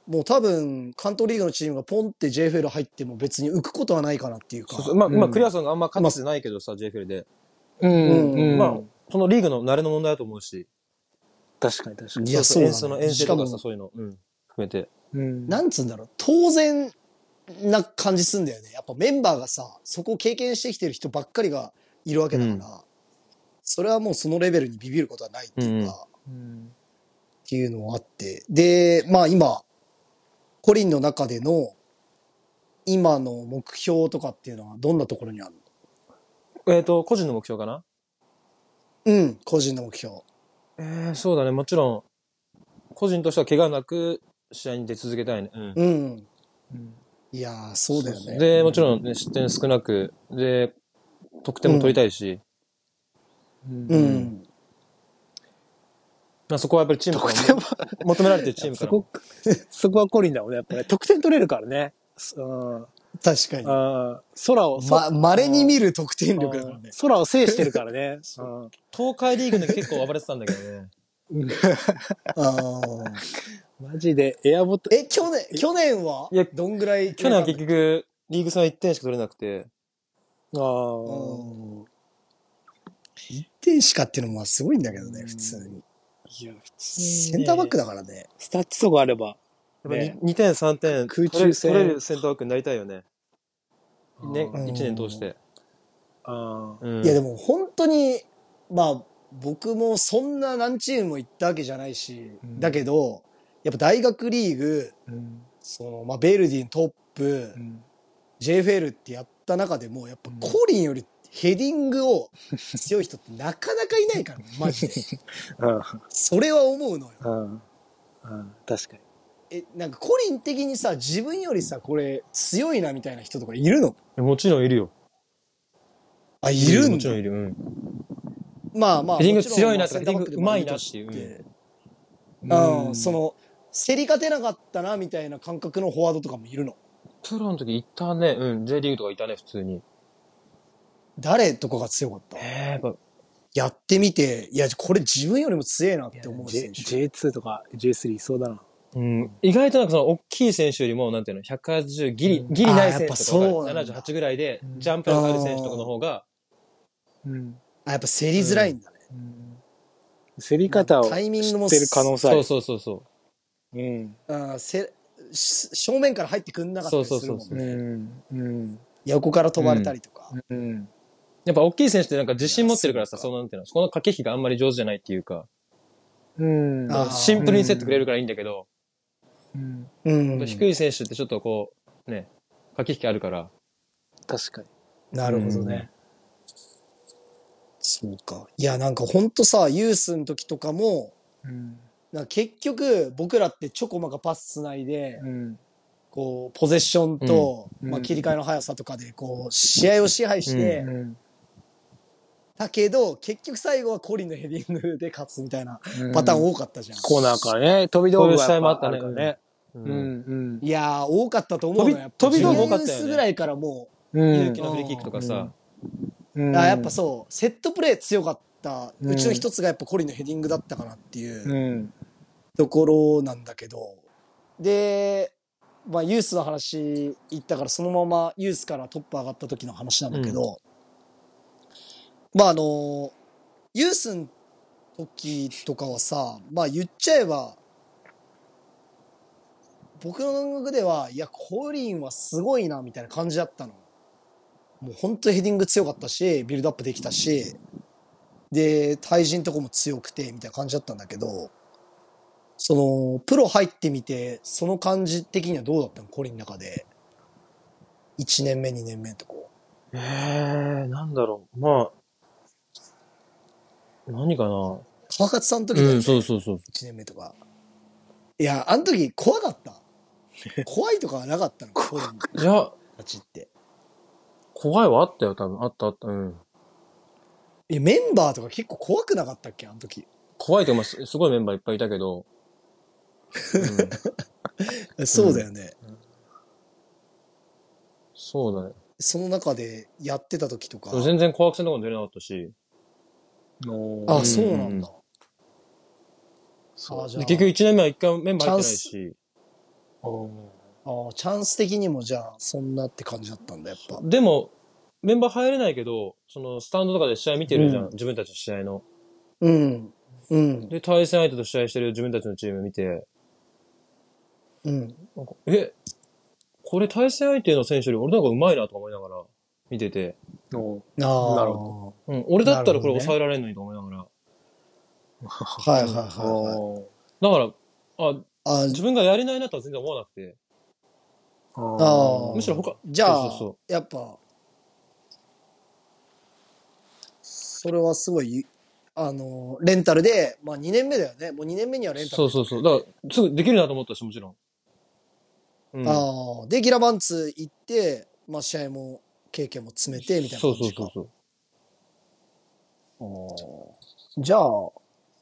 S2: もう多分、関東リーグのチームがポンって JFL 入っても別に浮くことはないかなっていうか。
S4: そうそうまあ、
S3: う
S4: まあ、
S3: ん
S4: クリアさんがあんま勝つてないけどさ、JFL で。
S3: うん。うん。
S4: まあ、そのリーグの慣れの問題だと思うし。
S3: 確かに確か
S2: い
S3: に。
S2: や、そうだ
S4: 演
S2: ね
S4: 奏の遠征とかさ、
S2: しかも
S4: そういうの、うん、含めて。
S3: うん
S2: なんつうんだろう、当然な感じすんだよね。やっぱメンバーがさ、そこを経験してきてる人ばっかりがいるわけだから、
S4: うん
S2: それはもうそのレベルにビビることはないっていうか、
S4: うん
S3: うん
S2: っていうのはあって。で、まあ今、コリンの中での今の目標とかっていうのはどんなところにあるの
S4: えっ、と、個人の目標かな
S2: うん、個人の目標。
S4: えー、そうだね、もちろん、個人としては怪我なく試合に出続けたいね。うん。
S2: うん。
S3: うん
S2: いやー、そうだよね。
S4: で、もちろん、ね、失点少なく、で、得点も取りたいし、
S2: う
S3: うん
S2: ん。
S4: まあそこはやっぱりチームから
S3: 得点
S4: も求められてるチームか
S3: そ
S4: ら も
S3: こ、 そこはコリンだもんね。やっぱね、得点取れるからね。うん。
S2: 確かに。
S3: あー空を、
S2: ま、稀に見る得点
S3: そ
S2: 力だからね。
S3: 空を制してるからね。うん
S4: 東海リーグで結構暴れてたんだけどね。
S2: あー
S3: マジでエアボト、
S2: え、去年、去年はい
S4: や
S2: どんぐらい
S4: 去年は結局、リーグ戦は1点しか取れなくて、
S3: あー
S2: うん一点しかっていうのもまあすごいんだけどね、普通に。
S3: いや、普通に
S2: センターバックだからね。
S3: スタッチとかあれば。
S4: やっぱ
S3: ね
S4: 2, 点、3点
S3: 空
S4: 取
S3: 中
S4: れる
S3: 戦
S4: 取れるセンターバックになりたいよね。ね、
S3: うん
S4: 1年通して。
S3: あー
S4: うん
S2: いや、でも本当に、まあ、僕もそんな何チームも行ったわけじゃないし、
S3: うん
S2: だけど、やっぱ大学リーグ、
S3: うん
S2: その、まあ、ベルディのトップ
S3: う、ん
S2: JFL ってやった中でも、やっぱコリンよりヘディングを強い人ってなかなかいないから、ね、マジで。それは思うのよ。
S3: うんうん確かに。
S2: え、なんかコリン的にさ、自分よりさ、これ強いなみたいな人とかいるの
S4: もちろんいるよ。
S2: あ、いるん
S4: もちろ
S2: だ
S4: ん。いる。うん。
S2: まあまあ。
S4: ヘディン
S2: も
S4: グ
S2: ちろん
S4: 強いなと
S2: ま
S4: か
S2: あ
S4: ヘディング上手いなっていう
S2: センターバックでもいるとしてうん、その、競り勝てなかったなみたいな感覚のフォワードとかもいるの。
S4: プロの時いたね。うん。J リーグとかいたね、普通に。
S2: 誰とかが強かった
S4: えー、やっぱ、
S2: やってみて、いや、これ自分よりも強いなって思う選
S3: J-
S2: 手。
S3: J2 とか J3 いそうだな。
S4: うん。意外となんかその、大きい選手よりも、なんていうの、180、ギリ、ギリない選手
S2: あー
S4: とか
S2: やっぱそうなん
S4: わか
S2: だ
S4: る、78ぐらいで、ジャンプのある選手とかの方が、
S3: うん。
S2: あ、やっぱ競りづらいんだね。
S3: 競り方を
S2: タイミングも
S3: 知ってる可能性あ
S4: そう
S3: る。
S4: そうそうそう。
S3: うん。
S2: うん、せし正面から入ってくんなかったりするもんね
S4: そうそうそうそ
S3: ん。うん。
S2: 横から飛ばれたりとか。
S3: うん。
S4: やっぱ大きい選手ってなんか自信持ってるから
S2: いや
S4: さ、
S2: そ
S4: そうなんていうの、そこの駆け引きがあんまり上手じゃないっていうか、
S3: うん。
S2: あー
S4: シンプルに競ってくれるからいいんだけど、
S3: うん
S2: うん
S4: 低い選手ってちょっとこう、ね、駆け引きあるから。
S3: 確かに。
S2: なるほどね。そうか。いや、なんかほんとさ、ユースの時とかも、
S3: うん。
S2: なんか結局僕らってちょこまかパスつないで、
S3: うん。
S2: こう、ポゼッションと、
S3: うん
S2: まあ、
S3: うん
S2: 切り替えの速さとかで、こう、試合を支配して、
S4: う
S2: だけど、結局最後はコリンのヘディングで勝つみたいなパターン多かったじゃん。
S3: コーナーからね、飛び道具がやぱ
S4: こういう試合もあったね
S3: あるからね。
S4: うん
S3: うん
S2: いやー、多かったと思うの
S4: 飛び
S2: やっぱ
S4: 飛び道具多かったよね
S2: ジュニアユースぐらいからも
S3: う
S4: 勇
S3: ん
S4: 気のフリーキックとかさ、
S2: う、あやっぱそう、セットプレー強かった、うちの一つがやっぱコリのヘディングだったかなっていう
S3: うん
S2: ところなんだけど、で、まあ、ユースの話言ったから、そのままユースからトップ上がった時の話なんだけど、まあ、あの、ユースの時とかはさ、まあ、言っちゃえば、僕の感覚では、いや、コリンはすごいな、みたいな感じだったの。もう本当にヘディング強かったし、ビルドアップできたし、で、対人とこも強くて、みたいな感じだったんだけど、その、プロ入ってみて、その感じ的にはどうだったのコリンの中で。1年目、2年目とこ
S4: えー、なんだろう。まあ、何か
S2: う。
S4: な。
S2: 川勝さんの時だよね
S4: うん、そうそうそう。
S2: 1年目とか。いや、あの時怖かった。 怖いとかはなかったの、コリン
S4: いや、
S2: たちって。
S4: 怖いはあったよ、多分。あったあった。うん。
S2: え、メンバーとか結構怖くなかったっけあの時。
S4: 怖いというか、まあすすごいメンバーいっぱいいたけど、うん、
S2: えそうだよね。
S4: そうだね。
S2: その中でやってた時とか
S4: で。も全然怖くせんとこも出れなかったし、
S2: あ、
S4: うん
S2: そうなんだ。あじゃあ
S4: で結局1年目は1回もメンバー入ってないし、
S2: ああチャンス的にもじゃあ、そんなって感じだったんだ、やっぱ。
S4: でも、メンバー入れないけど、そのスタンドとかで試合見てるじゃん、
S2: うん
S4: 自分たちの試合の。
S2: うん。うん。
S4: で、対戦相手と試合してる自分たちのチーム見て、
S2: うん。
S4: なんかえ、これ対戦相手の選手より俺の方が上手いなとか思いながら見てて、
S2: ああ。
S3: なる
S2: ほ
S4: うん、俺だったらこれ
S2: なるほどね
S4: 抑えられんのにと思いながら。
S2: ど。はいはいはいはい。
S4: だから、あ、
S2: あ
S4: 自分がやれないなとは全然思わなくて、
S2: あー
S4: むしろ他、
S2: じゃあ、
S4: そうそうそう
S2: やっぱ、それはすごい、あの、レンタルで、まあ2年目だよね。もう2年目にはレンタル。
S4: そうそうそう。だから、すぐできるなと思ったし、もちろん。うん、
S2: ああ。で、ギラバンツ行って、まあ試合も、経験も詰めて、みたいな
S4: そ
S2: 感
S4: う
S2: じ
S4: そ
S2: か。
S4: うそうそう。
S2: じゃあ、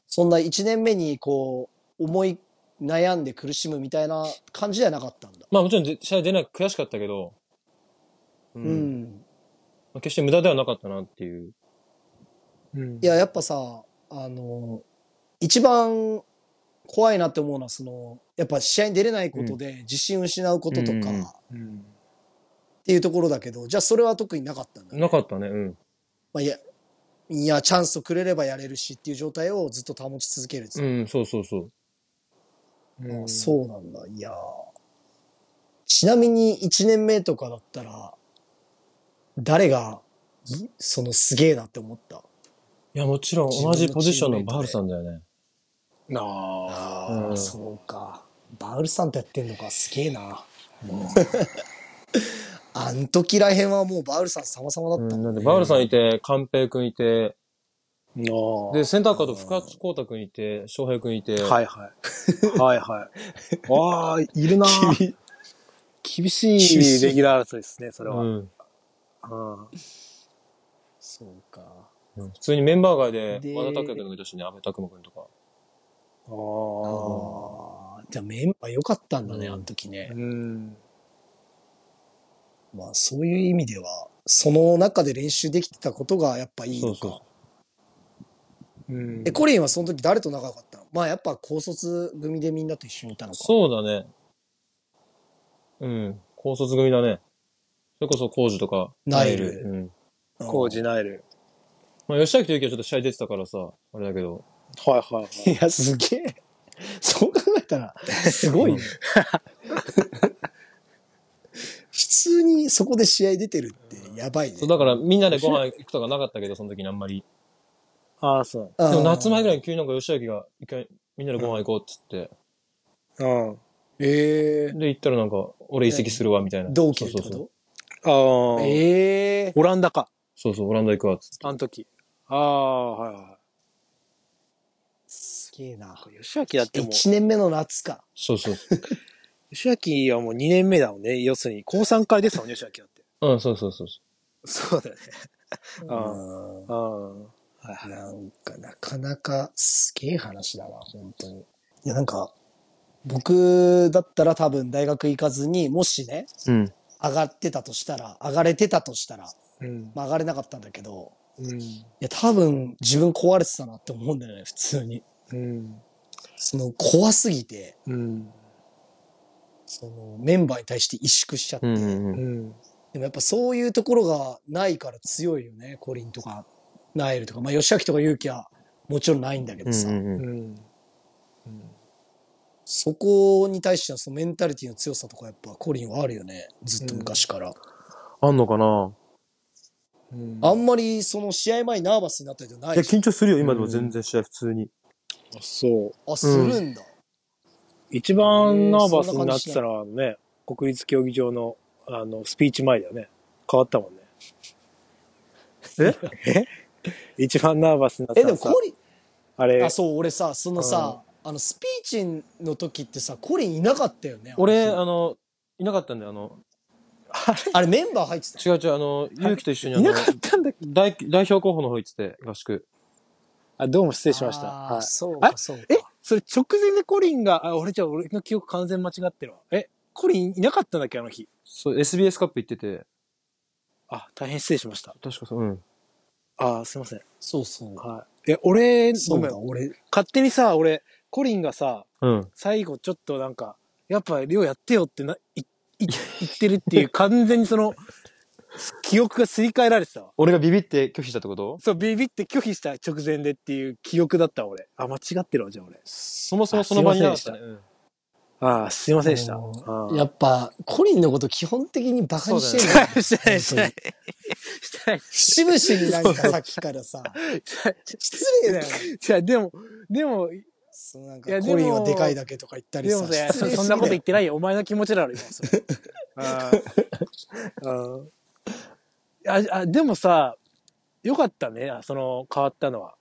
S2: そんな1年目にこう、思い悩んで苦しむみたいな感じではなかったんだ。
S4: まあもちろんで試合出なく悔しかったけど、う
S2: うん。
S4: まあ決して無駄ではなかったなっていう。
S2: いや、やっぱさ、あの、一番怖いなって思うのは、その、やっぱ試合に出れないことで自信を失うことと
S4: うん
S2: か、
S4: うん
S2: っていうところだけど、じゃあそれは特になかったんだ。
S4: なかったね、うん。
S2: まあ、いや、いや、チャンスをくれればやれるしっていう状態をずっと保ち続けるっていう
S4: うん、そうそうそう。
S2: あそうなんだ。いやーちなみに1年目とかだったら、誰が、いそのすげえなって思った。
S4: いや、もちろん同じポジションのバールさんだよね。
S3: あ
S4: ーうん
S2: そうか。バウルさんとやってんのか、すげえな。あん時らへんはもうバウルさん様々だ
S4: う
S2: った
S4: ん、
S2: もん。
S4: だってバールさんいて、カンペイ君いて、
S3: あ
S4: で、センターカード深津光太君いて、翔平君いて、
S3: はいはい。はいはい。わあ、いるなぁ厳しいレギュラー争いですね、それ
S4: う
S3: は。うん。
S4: ん。
S2: そうか。
S4: 普通にメンバー外で、
S2: で
S4: 和田拓也君がいたしね、阿部拓磨君とか。
S3: ああ。
S2: ああ。じゃあメンバー良かったんだね、
S4: うん
S2: あの時ね
S3: う。ん。
S2: まあそういう意味では、その中で練習できてたことがやっぱいい
S4: そ
S2: の
S4: う
S2: か。
S4: そ
S3: うん
S2: え、コリンはその時誰と仲良かったのまあやっぱ高卒組でみんなと一緒にいたの
S4: う。
S2: か。
S4: そうだね。うん。高卒組だね。それこそ、コ二とか。
S2: ナイル
S4: うん。
S2: うん
S3: コージナイル。
S4: まあ、吉崎とゆきはちょっと試合出てたからさ、あれだけど。
S3: はいはいはい
S2: いや、すげえ。そう考えたら、すごいね。普通にそこで試合出てるってやばいね
S4: そう、。だからみんなでご飯行くとかなかったけど、その時にあんまり。。
S3: ああ、そう。
S2: あー
S4: でも夏前ぐらいに急になんか吉崎が一回みんなでご飯行こうっつって。
S3: うん。
S2: ええ
S4: で、行ったらなんか、俺移籍するわ、みたいな。
S2: 同期って
S4: そう
S2: こ
S4: そうそう。
S2: と
S3: ああ。
S2: ええ
S3: オランダか。
S4: そうそう、オランダ行くわ、つって。
S3: あの時。ああ、はいは
S2: すげえな。
S3: い。吉明だってもう、
S2: 1年目の夏か。
S4: そう そうそう。
S3: 吉明はもう2年目だもんね。要するに、高3回ですもんね、吉明だって。
S4: うん、そうそうそうそ
S3: そう だね。あ
S2: うん
S3: あ。はいはい。
S2: なんか、なかなかすげえ話だな、本当に。いや、なんか、僕だったら多分大学行かずに、もしね、
S4: うん。
S2: 上がってたとしたら、上がれてたとしたら、
S1: うん。
S2: まあ上がれなかったんだけど、
S1: うん。
S2: いや多分自分壊れてたなって思うんだよね、普通に。
S1: うん。
S2: その怖すぎて、
S1: うん。
S2: そのメンバーに対して萎縮しちゃって。
S4: うん
S2: で
S4: うんうん。
S1: うん。
S2: もやっぱそういうところがないから強いよね、コリンとか、ナエルとか。まあ吉崎とか勇気はもちろんないんだけ
S4: う
S2: どさ。
S4: んうん。
S1: うん。
S2: そこに対してのそのメンタリティの強さとかやっぱコリンはあるよね。ずっと昔から。
S4: あんのかな
S1: うん。
S2: あんまりその試合前にナーバスになったりとかない
S4: いや、
S2: でしょ
S4: 緊張するよ、今でも全然試合普通に。
S3: そう。
S2: あ、するんだ。
S3: 一番ナーバスになってたのはね、国立競技場の、あの、スピーチ前だよね。変わったもんね。
S4: え
S3: 一番ナーバスになった
S2: え、
S3: の
S2: で
S3: は
S2: も
S3: さ
S2: コリン、
S3: あれ
S2: あ、、そう、俺さ、そのさ、あの、スピーチの時ってさ、コリンいなかったよね。あの日
S4: 俺、あの、いなかったんだよ、あの、
S2: あれメンバー入ってた。
S4: 違う違う、あの、勇気と一緒にあ
S3: い
S4: の
S3: なかったんだっけ
S4: 代、代表候補の方行ってて、合宿。
S3: あ、どうも失礼しました。
S2: あー
S3: はい
S2: そうか、
S3: え
S2: そうか。
S3: えそれ直前でコリンが、あ、俺じゃあ俺の記憶完全間違ってるわ。え、コリンいなかったんだっけあの日。
S4: そう、SBS カップ行ってて、
S3: あ、大変失礼しました。
S4: 確かそう、うん。
S3: あー、すいません。
S2: そうそう。
S3: はい。え、俺、
S2: そうだ、
S3: ごめん
S2: 俺。
S3: 勝手にさ、俺、コリンがさ、
S4: うん。
S3: 最後ちょっとなんか、やっぱ量やってよってな、い、 い、言ってるっていう、完全にその、記憶がすり替えられてたわ。
S4: 俺がビビって拒否したってこと
S3: そう、ビビって拒否した直前でっていう記憶だったわ俺。あ、間違ってるわ、じゃあ俺。
S4: そもそもその場にいなかったね。うん
S3: あーすいませんでした。
S2: あ
S3: あ
S2: の
S3: ー
S2: やっぱ、コリンのこと基本的にバカにしてる
S4: そ
S2: ん だよ。
S3: してない、して
S4: う
S3: ない。してない。
S2: 節々になんかさっきからさ、失礼だよ。
S3: いや、でも、でも、
S2: そのなん
S3: い
S2: か、
S3: やでも
S2: コリンはでかいだけとか言ったり
S3: で
S2: さ、
S3: も
S2: 失
S3: さ、
S2: 礼す
S3: そ
S2: ぎ
S3: そんなこ
S2: だ
S3: と言
S2: よ
S3: ってないよ。お前の気持ちだろ、今、それ。あ ーあー。あ、でもさ、よかったね、あその、変わったのは。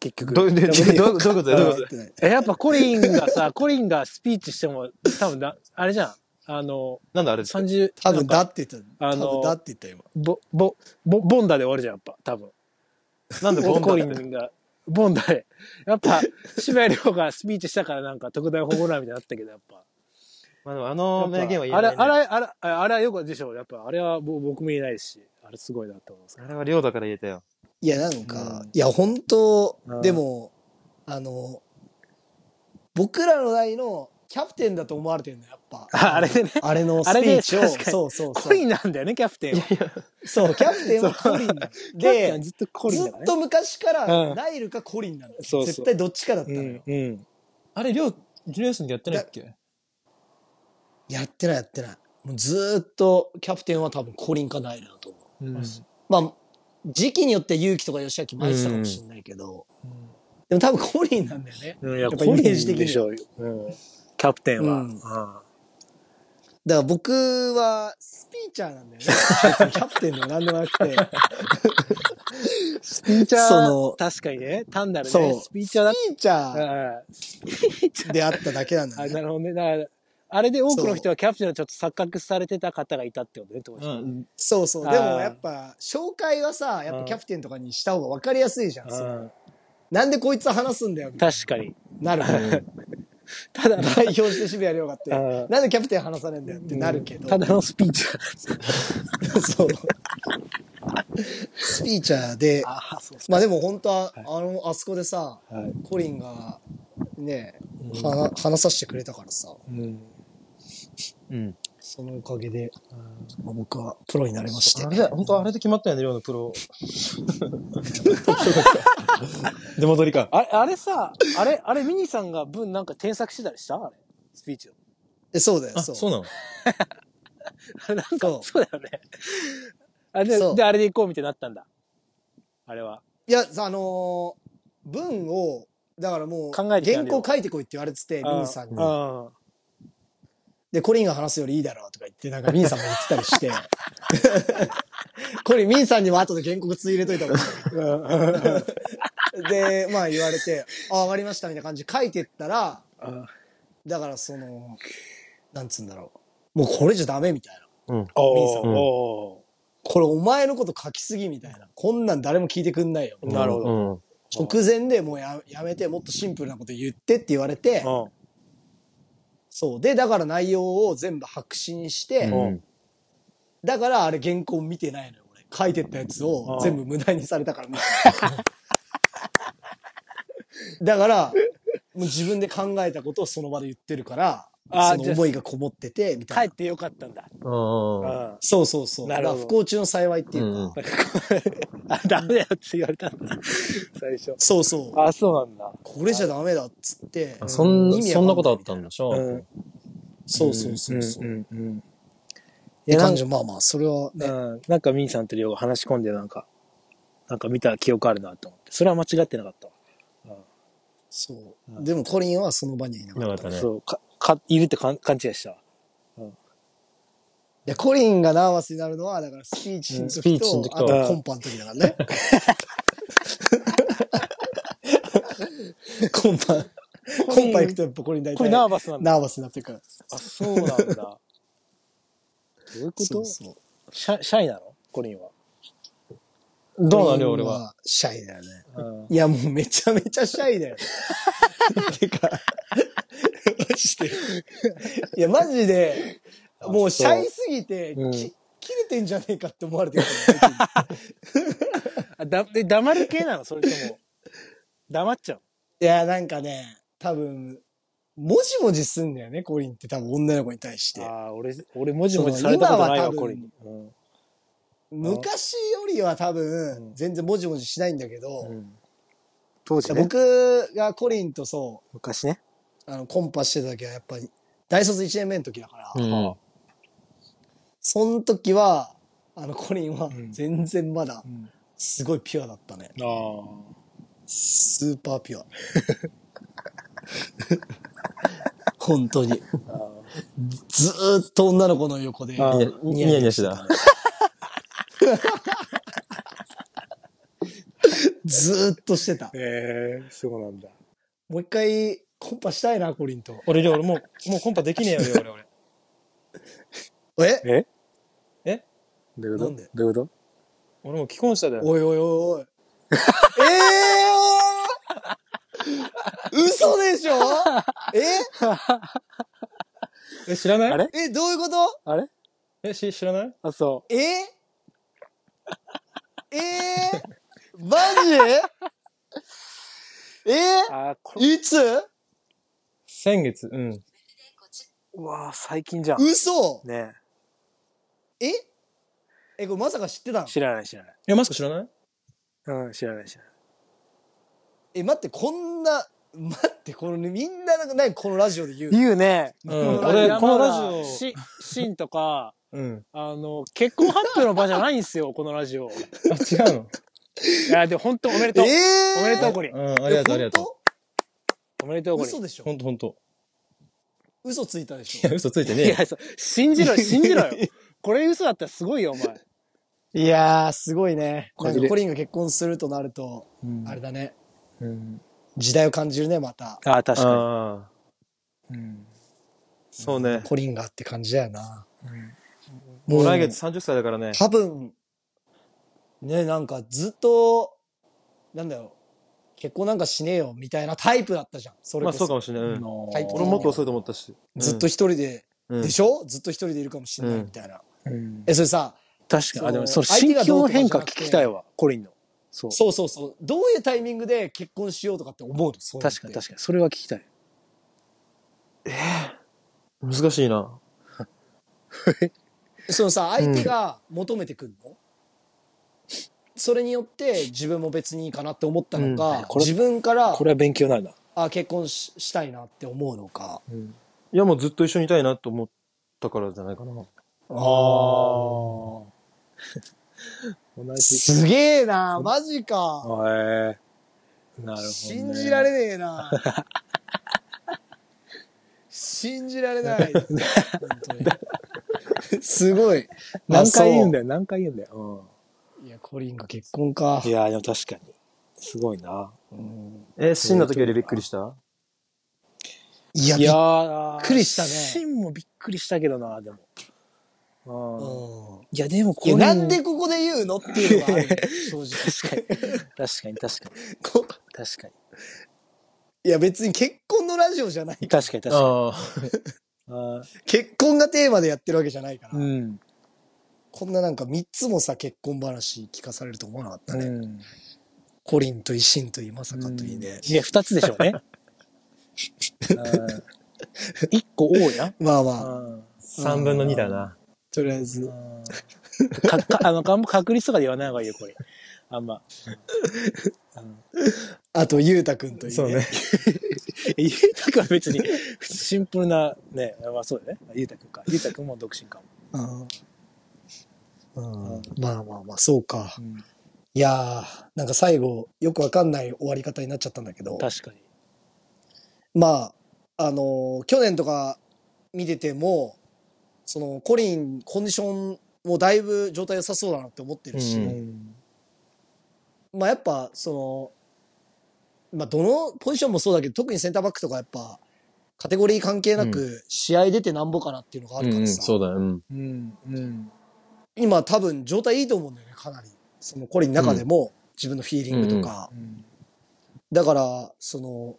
S3: 結局。
S4: どうどうどういうことどういう
S2: 言
S4: こと
S2: ってない。
S3: えやっぱコリンがさ、 コリンがスピーチしても、多分な、あれじゃん。あの、
S4: なんだあれって
S3: 30、
S2: 多分だ
S3: なんか
S2: って言った。
S3: あ
S2: 多
S3: の
S2: 分だって言ったよ。
S3: ボ、ボ、ボ、ボンダで終わるじゃん、やっぱ、多分。
S4: なんでボンダ
S3: コ
S4: っ
S3: リ
S4: て
S3: ンが、ボンダで。やっぱ、 渋谷亮がスピーチしたからなんか特大ホームランみたいになったけど、やっぱ。
S4: まあでもあ
S3: やっ
S4: の
S3: ぱ
S4: 名言は言え
S3: あれ、
S4: ないね。
S3: あれ、あれ、あれあれはよくでしょう。やっぱ、あれはぼ僕も言えないし、あれすごいなと思います。
S4: あれは量だから言えたよ。
S2: いや、なんか、
S3: うん
S2: いや、本当
S3: うん
S2: でも、あの、僕らの代のキャプテンだと思われてるの、やっぱ。
S3: ああれでね
S2: あれのス
S3: あ
S2: ピ
S3: れ
S2: ー
S3: で
S2: チを、
S3: 確かに
S2: そうそうそ
S3: コリ
S2: う。
S3: ンなんだよね、キャプテンは。
S2: そう、キャプテンはコリンだ。
S3: キャプテンは
S2: で、
S3: ずっとコリ
S2: ず
S3: ンだから
S2: っ
S3: ね。
S2: と昔から、
S3: うん
S2: ナイルかコリンなんだよ
S3: そうそう
S2: 絶対どっちかだったのよ、
S3: うん、うん。
S4: あれ、量、ジュニアスでやってないっけ
S2: やってない、やってない。もうずーっと、キャプテンは多分コリンかナイルだと思う。
S3: うん
S2: まあ、時期によって勇気とか吉明巻いてたかもしれないけど、でも多分コリンなんだよね。
S3: うん、いや、
S2: っぱ
S3: コ
S2: イメ
S3: リン
S2: ージ的に
S3: でしょう。うん。キャプテンは。
S2: うん
S3: うん
S2: だから僕はスピーチャーなんだよね。 キャプテンでも何でもなくて。
S3: スピーチャー、
S2: その
S3: 確かにね、単なるね
S2: そう、、
S3: スピーチャーだっ
S2: スピーチャ
S3: た。うん
S2: ーであっただけなんだ
S3: あ、
S2: よね。
S3: なるほどね。だから、あれで多くの人はキャプテンをちょっと錯覚されてた方がいたってことね、当時。
S4: ん。
S2: そうそう。
S3: あー
S2: でもやっぱ、紹介はさ、やっ
S3: う
S2: ぱ
S3: ん
S2: キャプテンとかにした方が分かりやすいじゃん。その
S3: うん
S2: なんでこいつは話すんだよ。
S3: 確かに。
S2: なる。
S3: ただ、
S2: 代表して渋谷亮がって。
S3: うん
S2: なんでキャプテン話さねえんだよってなるけど。
S3: ただのスピーチャー。
S2: そう。スピーチャーで、
S3: ああ、そう
S2: まあでも本当は、あの、あそこでさ、
S3: はい
S2: コリンが、ね、は話させてくれたからさ。
S3: うん。
S4: うん。
S2: そのおかげで、まあ僕はプロになれまして
S4: あ。れだ、本当あれで決まったよね、量のプロ。出戻りか。
S3: あれ、あれさ、あれ、あれ、ミニさんが文なんか添削してたりしたあれ。スピーチを。
S2: えそうだよ、
S4: あ、
S2: そう。
S4: そうなの
S3: あれ、 なん
S2: そ
S3: か
S2: う、
S3: そうだよね。あ
S2: そ
S3: れで、
S2: う
S3: で、あれで行こうみたいになったんだ。あれは。
S2: いや、あのー文を、だからもう、
S3: 考えてきた
S2: 原
S3: んだよ
S2: 稿書いてこいって言われてて、ミニさんに。
S3: あ
S2: で、コリンが話すよりいいだろうとか言って、なんかミニさんも言ってたりして。 コリン、ミニさんにも後で原告つ入れといた方がいい。で、まあ言われて、あ、わかりましたみたいな感じで書いてったら、
S3: あうん。
S2: だからその、なんつうんだろう。もうこれじゃダメみたいな。
S4: うん。
S3: おー
S4: うん
S3: お
S2: これお前のこと書きすぎみたいな。こんなん誰も聞いてくんないよ。
S3: ーなるほど。
S4: ど。
S2: 直前でもうややめてもっとシンプルなこと言ってって言われて、
S3: うん。
S2: そう。で、だから内容を全部白紙にして、
S1: うん
S2: だからあれ原稿見てないのよ、俺。書いてったやつを
S3: あ
S2: 全部無駄にされた から見てないだから、もう自分で考えたことをその場で言ってるから、
S3: あ
S2: その思いがこもってて、みた
S3: 帰
S2: い
S3: っ
S2: な。
S3: てよかったんだ。う
S4: うん。
S3: ん。
S2: そうそうそう。
S3: なるほ
S2: だ
S3: ど
S2: から不幸中の幸いっていうか、
S4: うん
S3: あ、ダメだよって言われたんだ。 最初。
S2: そうそう。
S3: あ、そうなんだ。
S2: これじゃダメだっつって、
S4: あそん
S2: 意味わかんない
S4: そんなことあったんでしょ
S3: うん。
S2: そうそうそうそう。っ
S3: んうん。
S2: て感じまあまあ、それはね、
S3: うん。なんか、ミンさんとリオが話し込んで、なんか、なんか見た記憶あるなと思って。それは間違ってなかったわ。
S2: そう。でもコリンはその場にはいなか
S4: い
S2: った
S4: なかったね。
S3: そう、か、か、いるってかん勘違いしたわ。
S2: いや、コリンがナーバスになるのは、だからスピーチの
S4: スピ
S2: 時
S4: ーチの時
S2: と、あ
S4: と
S2: とコンパの時だからね。コンパ、コンパ行くとやっぱコリン大
S3: こ
S2: 体
S3: れナーバスなんだ。
S2: ナーバスになってるから。
S3: あ、そうなんだ。 どういうこ
S2: そ
S3: と
S2: うそう。
S3: シャシャイなのコリンは。
S4: どう
S2: コ
S4: な
S2: リン
S4: る俺は。。
S2: シャイだよね。
S3: うん。
S2: いや、もうめちゃめちゃシャイだよ。てか、マジで。いや、マジで、もうシャイすぎて、
S3: うん
S2: き切れてんじゃねえかって思われてるから。
S3: あ、だ、で黙る系なのそれとも。黙っちゃう。
S2: いや、なんかね、多分、もじもじすんだよね、コリンって多分女の子に対して。
S3: ああ、俺、俺、もじもじされたことな
S2: そ
S3: い
S2: の今は多
S3: わ、
S2: 分
S3: コリンに。うん。
S2: 昔よりは多
S3: う
S2: 分、
S3: ん
S2: 全然もじもじしないんだけど、
S3: 当時、ね、
S2: 僕がコリンとそ
S3: 昔ね。
S2: う、あの、コンパしてた時はやっぱり、大卒1年目の時だから、
S4: うん。
S2: その時は、あの、コリンは
S3: ん
S2: 全然まだ、すごいピュアだったね。
S3: ああ。
S2: スーパーピュア。 本当に。ずーっと女の子の横で、
S3: あー
S4: いやニヤニヤしてた。
S2: ずーっとしてた。
S3: ええそうなんだ。
S2: もう一回、コンパしたいな、コリンと。
S4: 俺、りょう俺もう、もうコンパできねえよ、りょう俺、俺。
S2: え
S3: え
S4: え
S3: どういうこ
S2: な
S3: と
S2: んで
S3: どういうこ
S4: 俺もう既婚者だよ。
S2: おいおい おいおい。ええー、嘘でしょえ
S4: え、知らない
S3: あれ
S2: え、どういうこと
S3: とあれ
S4: え、し、知らない
S3: あ、そ
S2: ええー、マジ
S3: う。
S2: え
S3: ああ、これ、
S2: ー、いつ
S4: 先月、うん。
S3: うわあ、最近じゃん。
S2: 嘘
S3: ね
S2: ええ、これまさか知ってたの
S3: え知らない、知らない。
S4: え、マスク知らない
S3: うん、知らない、知らない。
S2: え、待って、こんな、待って、この、みんな、なんか何このラジオで言うの
S3: 言うね。
S4: うん。
S2: この
S4: 俺、
S3: 山
S4: このラジ
S3: 田
S4: オ、
S3: し、シンとか、
S4: うん。
S3: あの、結婚発表の場じゃないんですよ、このラジオ。い
S4: あ、違うの
S3: や、で、本当おめで
S2: え
S3: とう。
S2: ー、
S3: おめでとう、コリン。
S4: うん、ありがとう、ありがと
S3: おめでと
S2: え
S3: う、コ
S2: 本当
S3: リン
S2: 嘘。でし
S4: う。ほ
S2: ょ
S4: んとほんと。
S2: 嘘ついたでし
S4: い
S2: ょ
S4: や、嘘ついて
S3: い
S4: ね
S3: や、そう、信じろよ、信じ ろよ。これ嘘だったらすごいよ、お前。
S2: いやー、すごいね。
S3: これ
S2: なんかコリンが結婚するとなると、あれだね。
S4: え。 うん。
S2: 時代を感じるね、また。
S3: ああ、確か
S4: ああ。
S3: に。うん。
S4: そうね。
S2: コリンがって感じだよな。
S4: もう来月30歳だからね。
S2: 多分、ね、なんかずっと、なんだよ、結婚なんかしねえよ、みたいなタイプだったじゃん。それ
S4: まあ
S2: こそ。
S4: そうかもしれない。うん。
S2: タイプ
S4: 俺もっと遅いと思ったし。
S2: ずっと一人で、
S4: うん、
S2: でしょずっと一人でいるかもしれない、
S4: うん
S2: みたいな。
S3: うん
S2: え、それさ、
S3: 確かに。あ、でも、その
S2: 相手
S3: 心
S2: が
S3: 境
S2: ど
S3: の
S2: うとかじゃ
S3: 変
S2: なくて
S3: 化聞きたいわ、コリンの。そう。
S2: そうそうそう。どういうタイミングで結婚しようとかって思うのそう
S3: 確かに、
S2: か
S3: 確かに。それは聞きたい。
S4: 難しいな。
S2: に。そのさ、相手が求めてくんの、それによって自分も別にいいかなって思ったの
S3: うん
S2: か、
S3: これ
S2: 自分から
S3: これは勉強になるな。
S2: あ結婚ししたいなって思うのか。
S4: いや、もうずっと一緒にいたいなと思ったからじゃないかな。
S2: あ
S3: 同
S2: あ。
S3: じ。
S2: すげえな、マジか。
S3: へえ。なるほど、ね。
S2: 信じられねえ な。信じられない。本当にすごい。
S3: 何回言うんだ
S2: よ。
S3: よ、何回言うんだよ。
S2: いや、コリンが結婚か
S3: うん。い。や、でも確かに。すごいな。
S2: うん
S4: え、死んだ時よりびっくりした
S2: いや、
S3: いやー、び
S2: っくりしたね
S3: シンもびっくりしたけどな、でも。
S2: う
S3: うん。
S2: ん
S3: いや、でも
S2: い
S3: こ
S2: や、
S3: れ。
S2: なんでここで言うのっていうのがあるよ正 直。
S3: 確かに。確かに、確かに。
S2: こ
S3: 確かに。
S2: いや、別に結婚のラジオじゃない。
S3: 確かに、確かに。
S4: ああ。
S3: あ
S2: 結婚がテーマでやってるわけじゃないから、
S3: ーうん。
S2: こんななんか3つもさ、結婚話聞かされると思わなかったね。
S3: うん。
S2: コリンと維新といい、まさかといいね。
S3: いや、二つでし ょうね。うん一個多いな。
S2: まあまあ、
S3: うん
S4: 3分の2だな。
S2: とりあえず。
S3: かか あのかん確率とかで言わない方がいいよ、これ。あんま。
S2: あと、ゆうたくんといい、ね。
S4: そうね。
S3: ゆうたくんは別に シンプルな、ね、まあそうだね。ゆうたくんか。ゆうたくんも独身かも。
S2: うん
S4: うん
S2: まあまあまあ、そうか。
S3: うん
S2: いやー、なんか最後、よくわかんない終わり方になっちゃったんだけど、
S3: 確かに。
S2: まあ、あのー去年とか見てても、その、コリン、コンディションもだいぶ状態良さそうだなって思ってるし、
S4: うん
S2: まあやっぱ、その、まあどのポジションもそうだけど、特にセンターバックとかやっぱ、カテゴリー関係な
S4: う
S2: く、試合出てなんぼかなっていうのがあ
S4: う
S2: る
S4: ん
S2: か
S4: う
S2: ら
S4: ん、
S2: さ、
S4: そうだね。うん。
S3: うん。うん。
S2: 今多分状態いいと思うんだよね、かなり。そのコリンの中でも、自分のフィーリングとか。
S3: うん
S2: だから、その、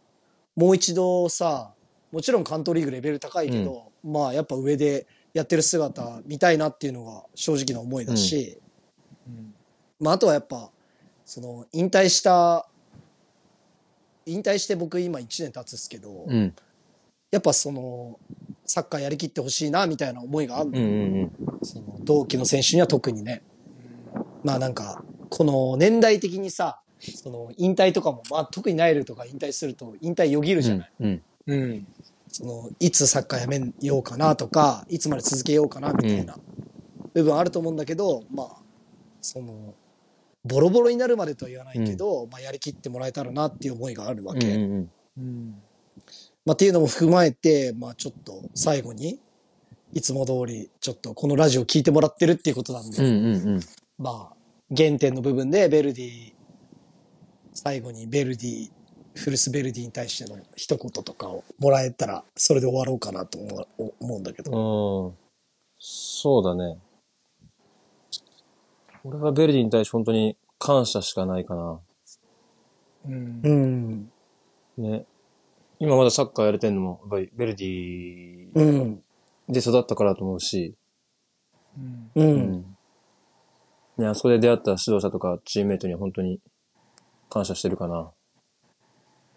S2: もう一度さ、もちろん関東リーグレベル高いけど、まあやっぱ上でやってる姿見たいなっていうのが正直な思いだし、
S3: うん
S2: まああとはやっぱ、その、引退した、引退して僕今1年経つっすけど、
S4: うん。
S2: やっぱその、サッカーやりきってほしいなみたいな思いがあるの
S4: うんうん
S2: その同期の選手には特にね。まあなんか、この年代的にさ、その引退とかも、まあ特にナイルとか引退すると引退よぎる
S4: う
S2: じゃ
S4: ん
S2: ない。。
S4: うん。
S3: うん。
S2: その、いつサッカーやめようかなとか、いつまで続けようかなみたいな部分あると思うんだけど、まあ、その、ボロボロになるまでとは言わないけど、まあやりきってもらえたらなっていう思いがあるわ
S4: う
S2: け。
S4: んうん
S3: うん。
S2: まあ、っていうのも含まえて、まあ、ちょっと最後に、いつも通り、ちょっとこのラジオ聞いてもらってるっていうことなんで、
S4: うんうん
S2: まあ、原点の部分で、ベルディ、最後にベルディ、フルスベルディに対しての一言とかをもらえたら、それで終わろうかなと思う思うんだけ
S4: う
S2: ど。
S4: ん。うん。そうだね。俺はベルディに対して本当に感謝しかないかな。
S3: うん
S2: う。ん。
S4: ね。今まだサッカーやれてんのも、やっぱりベルディ
S2: うん。
S4: で育ったからだと思うし、
S3: うん
S2: う。。
S4: うんね、あそこで出会った指導者とかチームメイトには本当に感謝してるかな。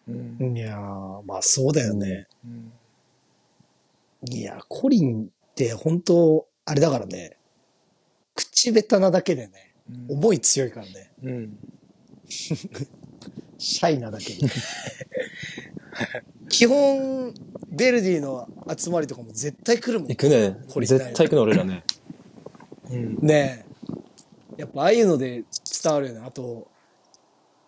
S3: うん
S2: いやー、まあそうだよね。
S3: うん
S2: いや、コリンって本当、あれだからね、口下手なだけでね、思い強いからね。
S3: うん。
S2: シャイなだ けに。基本、ベルディの集まりとかも絶対来るもん
S4: 行。くね。
S2: これ行きたい
S4: 絶対行くの俺らね。
S3: うん。
S2: ねえ。やっぱああいうので伝わるよね。あと、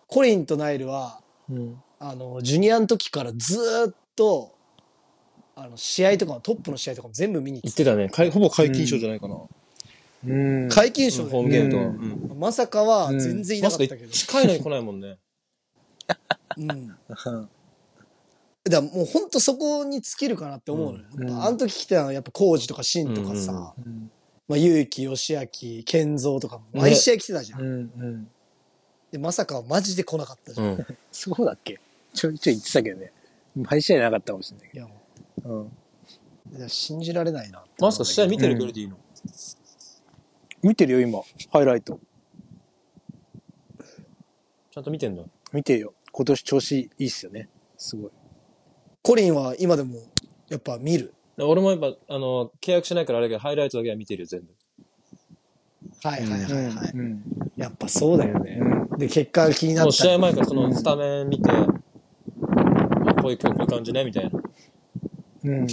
S2: コリンとナイルは、
S3: うん。
S2: あの、ジュニアの時からずーっと、あの、試合とかも、トップの試合とかも全部見に行
S4: 行
S2: っ
S4: っててたね。かいほぼ皆
S3: 勤賞じ
S4: ゃないかな。
S3: うん
S2: た。解禁賞
S4: ホ
S2: だ
S4: ー
S2: よね
S4: ムゲームと。
S3: う
S4: うんん
S2: まさかは全然いなか
S4: まさ
S2: っ
S4: か
S2: たけど。
S4: 近いのに来ないもんね。
S2: うん。だからもう本当そこに尽きるかなって思うのよ。
S3: うん
S2: やっぱあの時来てたのはやっぱコージとかシンとかさ、
S4: うんうん
S3: うん。
S2: まあ、結城、義明、健三とかも毎試合来てたじゃん。
S3: うん。
S2: で、まさかはマジで来なかったじ
S4: う
S2: ゃん。い
S4: ん。
S3: そうだっけちょいちょい言ってたけどね。毎試合なかったかもしれないけ
S2: や、
S3: ど。うん。
S2: いや信じられないなって思うんだけど。
S4: まさか試合見て
S3: う
S4: る
S3: ん
S4: ベルディの。
S3: 見てるよ、今。ハイライト。
S4: ちゃんと見てんだ。
S3: 見てよ。今年調子いいっすよね。すごい。
S2: コリンは今でも、やっぱ見る。
S4: 俺もやっぱ、あの、契約しないからあれだけど、ハイライトだけは見てるよ、全部。
S2: はいはいはいはい。
S3: うん。
S2: やっぱそうだよね。で、結果が気にな
S4: も
S2: っ
S4: う
S2: た
S4: 試合
S2: り。
S4: 前からそのスタメン見て、こういう、今日こういう感じね、みたいな。
S3: うん。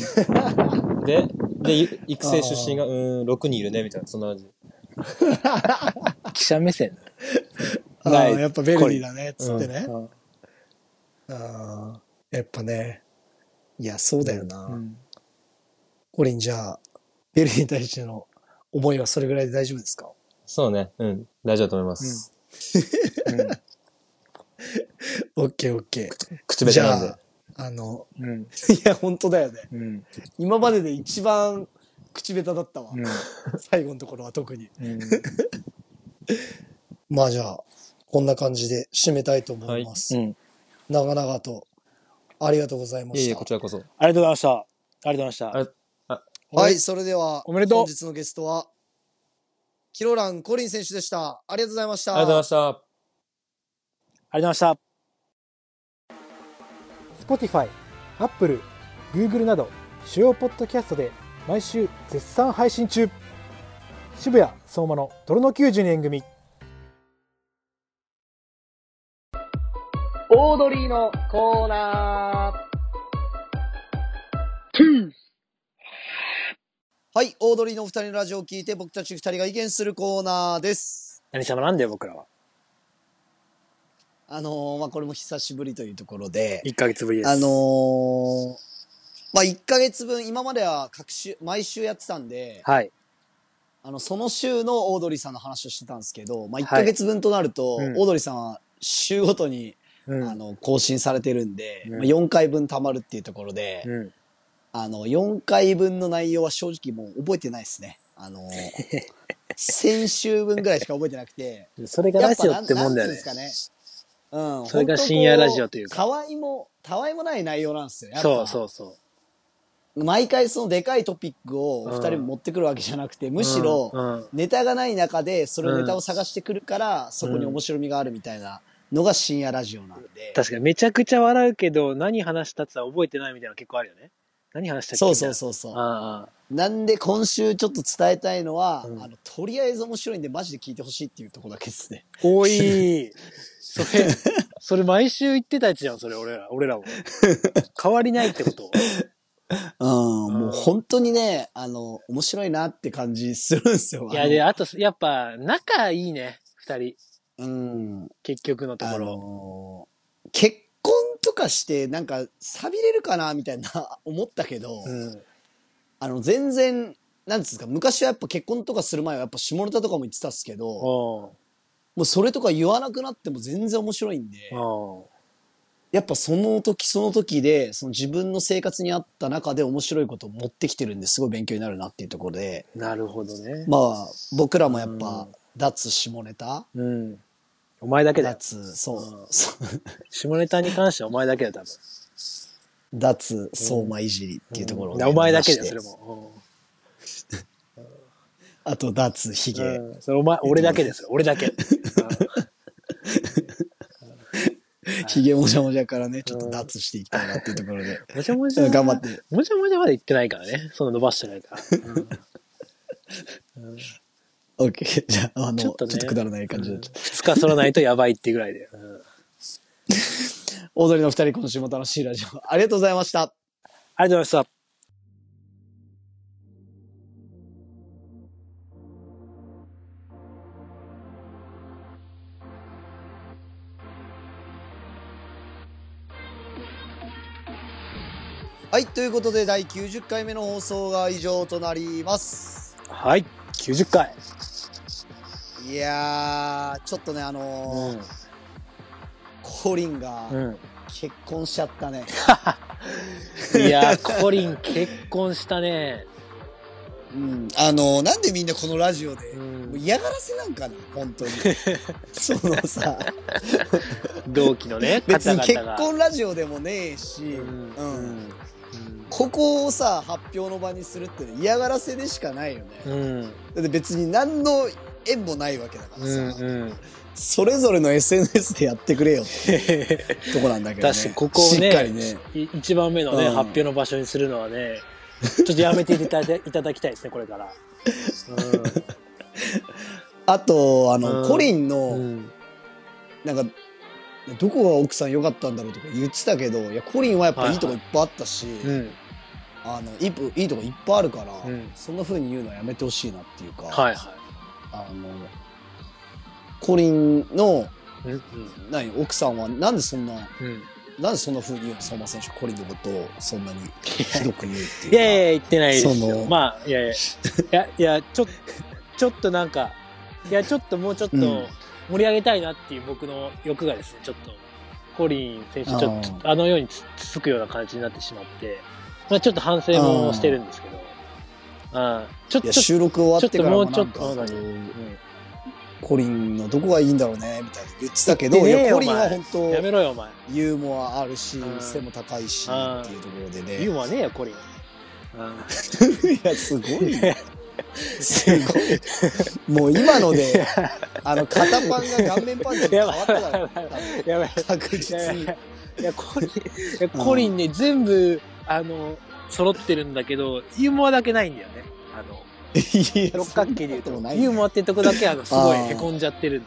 S4: で、で、い育成出身が、うーん、6人いるね、みたいな、そんな感じ。
S3: 記者目 線。
S2: ああ
S3: ない
S2: やっぱベルディだね、つってね。
S3: うん
S2: ああやっぱね。いや、そうだよな。
S3: うん。
S2: コリン、じゃあ、ベルディに対しての思いはそれぐらいで大丈夫ですか
S4: そうね、うん、大丈夫だと思います。
S2: オッケーオッケー。
S4: 口下
S2: じ
S4: 手
S2: ゃ
S4: なんで
S2: あ。、あの、
S3: うん。
S2: いや、本当だよね。
S3: うん。
S2: 今までで一番口下手だったわ。
S3: うん。
S2: 最後のところは特に。
S3: うん。
S2: まあじゃあ、こんな感じで締めたいと思います。
S3: うん。
S2: 長々と、ありがとうございま
S4: いえい
S2: し
S4: え、
S2: た
S4: こ。ちらこそ。あり
S3: ありがとうございました。ありがとうございました。
S4: ありがと
S2: はい、それでは、
S3: おめでとう
S2: 本日のゲストは、キロラン・コリン選手でした。ありがとうございました。
S4: ありがとうございました。
S3: ありがとうございました。
S5: Spotify、Apple、Google など主要ポッドキャストで毎週絶賛配信中渋谷相馬の泥の92年組
S1: オードリーのコーナー。
S2: はい、オードリーのお二人のラジオを聞いて、僕たち二人が意見するコーナーです。
S3: 何様なんだよ、僕らは。
S2: あのーまあ、これも久しぶりというところで、
S3: 1ヶ月ぶりです。
S2: あのーまあ、1ヶ月分、今までは各週、毎週やってたんで、
S3: はい。
S2: あの、その週のオードリーさんの話をしてたんですけど、まあ、1
S3: はい
S2: ヶ月分となると、
S3: うん
S2: オードリーさんは週ごとに、
S3: うん
S2: あの、更新されてるんで、
S3: うん
S2: まあ、4回分溜まるっていうところで、
S3: うん。
S2: あの、4回分の内容は正直もう覚えてないですね。あの ー先週分ぐらいしか覚えてなくて、
S3: それがラジオってもんだよね。
S2: やっぱなんなんていうんですかね。うん。
S3: それが深夜ラジオというか
S2: か。たわいも、たわいもない内容なんですよ。。
S3: そうそううそう。
S2: 毎回そのでかいトピックをお二人も持ってくるわけじゃなくて、むしろ、
S3: うんうん
S2: ネタがない中で、それをネタを探してくるから、そこに面白みがあるみたいなのが深夜ラジオなんで。
S3: 確かにめちゃくちゃ笑うけど、何話したってさ覚えてないみたいなの結構あるよね。何話したっけ
S2: そうそう
S3: う
S2: そうそう。
S3: あ
S2: なんで今週ちょっと伝えたいのは、
S3: うん
S2: あの、とりあえず面白いんでマジで聞いてほしいっていうところだけですね。
S3: あ。多い。 それ、それ毎週言ってたやつじゃん、それ、俺ら、俺らも。変わりないっ てこと。
S2: うん、もう本当にね、あの、面白いなって感じするんですよ。
S3: いや、で、あと、やっぱ、仲いいね、二人。
S2: あのうん。
S3: 結局のとこ
S2: あ
S3: ろ。
S2: のー結婚とかしてなんか寂れるかなみたいな 思ったけど、
S3: うん。
S2: あの全然なんつうんですか昔はやっぱ結婚とかする前はやっぱ下ネタとかも言ってたっすけど
S3: おう
S2: もうそれとか言わなくなっても全然面白いんで
S3: おう
S2: やっぱその時その時でその自分の生活に合った中で面白いことを持ってきてるんですごい勉強になるなっていうところで
S3: なるほどね。
S2: まあ僕らもやっぱ脱下ネタ
S3: うん。お前だけだ。
S2: 脱そう
S3: 下ネタに関してはお前だけだ、多分。
S2: 脱相馬いじりっていうところをね
S3: お前だけだ
S2: 出
S3: よ、
S2: して
S3: それも。
S2: あと脱ひ
S3: う
S2: げ、
S3: ん。うんそれお前、俺だけですよ、俺だけ。うん
S2: ひげもじゃもじゃからね、ちょっと脱していきたいなっていうところで、
S3: もちゃもち ゃ。
S2: 頑張って。
S3: もちゃもちゃまで行ってないからね。その伸ばしてないから。
S2: OK。じゃあ、あの、
S3: ち
S2: ち
S3: ょ
S2: ょ
S3: っ
S2: っ
S3: と
S2: と,、
S3: ね
S2: くだらない 感じになっちゃっ
S3: 二日剃らないとやばいってぐらいで。うん
S2: た。踊りの二人、今週も楽しいラジオ、ありがとうございました。
S3: ありがとうございました。
S2: はい、ということで、第90回目の放送が以上となります。
S3: はい。90回。
S2: いやー、ちょっとね、あのーコリンが
S3: うん。
S2: 結婚しちゃったね。
S3: いやー、コリン結婚したね。
S2: うん。あのーなんでみんなこのラジオで、
S3: うん
S2: もう嫌がらせなんかな、本 当に。そのさ、
S3: 同期のね、
S2: 別
S3: 方
S2: に
S3: 々
S2: 結
S3: が。
S2: 婚ラジオでもねえし、
S3: うん
S2: うんここをさ発表の場にするってね嫌がらせでしかないよね、
S3: うん。
S2: だって別に何の縁もないわけだから
S3: う
S2: さ、
S3: ん。うん。
S2: それぞれの SNS でやってくれよって とこなんだけど、ね、
S3: だし、ここを
S2: し
S3: ね
S2: っかりね
S3: い一番目のね、
S2: うん
S3: 発表の場所にするのはね、ちょっとやめてい ただいただきたいですね、これから。
S2: あとあの、
S3: うん
S2: コリン
S3: う
S2: の、
S3: ん。
S2: なんかどこが奥さん良かったんだろうとか言ってたけどいやコリンはやっぱいいとこいっぱいあったし、
S3: うん。
S2: あのいいといいとこいっぱいあるから、
S3: うん
S2: そんな風に言うのはやめてほしいなっていうか、
S3: はいは
S2: あのコリンの
S3: い。うん。
S2: 何奥さんはなんでそんな
S3: うん。うん
S2: なんでそんな風に言うの相馬選手コリンのことをそんなにひどく言うっていう
S3: い
S2: か
S3: やいや、言ってないです
S2: そ
S3: よ。
S2: の
S3: まあ、いやいや、いや、いや、ちょ、ちょっとなんか、いや、ちょっともうちょっと
S2: うん
S3: 盛り上げたいなっていう僕の欲がですね、ちょっと、コリン選手、ちょ
S2: あ
S3: っとあのようにつつつくような感じになってしまって、まあちょっと反省もしてるんですけど、あちょっ
S2: い
S3: と、
S2: や
S3: ちょっ
S2: 収録終わってからもなんか
S3: ちょっともうちょっと
S2: コリンのどこがいいんだろうねみたいな言ってたけど
S3: 言っ
S2: い
S3: てねえよ
S2: やコリン
S3: お
S2: は
S3: 前
S2: 本
S3: とや
S2: 当
S3: めろよ、お前。
S2: ユーモアあるし
S3: うん
S2: 背も高いし
S3: うん
S2: っていうところで
S3: ユー
S2: ね
S3: モアねえよ、コリン。う
S2: いや、すごいね。すごい。もう今ので、あの、肩パンが顔面パンチに変わったから、
S3: やばい。
S2: 確実に。
S3: いや、コリン、いやコリンね、全部、あの、揃ってるんだけど、ユーモアだけないんだよね。あの、
S2: いや
S3: 六角形で言うと
S2: そんなこともないね
S3: ユーモアってとこだけあのすごい
S2: あー
S3: へこんじゃっ てるうん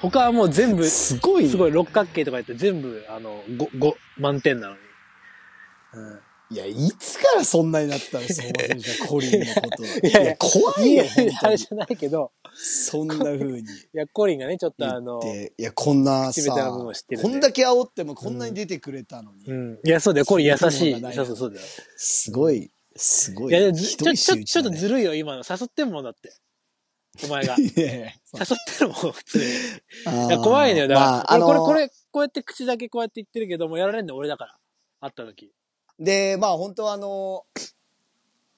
S3: 他はもう全部す
S2: すごいね。
S3: ごい六角形とか言って全部あの 5, ご満点なのに、うん
S2: いや、いつからそんなになったの、相馬選手はコリンのことは。い
S3: やいや
S2: や、怖いよ、本
S3: あ
S2: 当
S3: れ
S2: に
S3: じ。ゃないけど
S2: そんな風に
S3: いやコリンがねちょっと
S2: 言
S3: あの
S2: って。いや、こんな
S3: 口下手な
S2: さ、
S3: 部分を知ってるん
S2: こ
S3: で
S2: んだけ煽ってもこんなに出てくれたのに。
S3: うん、いやそうだよコリン優し
S2: そういうものがない
S3: いそうそうそうだよ
S2: すごい、すご
S3: い
S2: い。
S3: やでもず
S2: ひ
S3: ち
S2: ど
S3: ょ
S2: い
S3: ちょ
S2: 仕打
S3: ちょっ
S2: だ
S3: と
S2: ね
S3: ずるいよ今の誘ってんもんだってお前 が
S2: いやいや
S3: 誘ってるもん普通に
S2: あ
S3: い
S2: ー
S3: や怖いのよだから、
S2: まあ、あの
S3: これこれこうやって口だけこうやって言ってるけどもうやられんの俺だから会った時
S2: で、まあ本当はあの、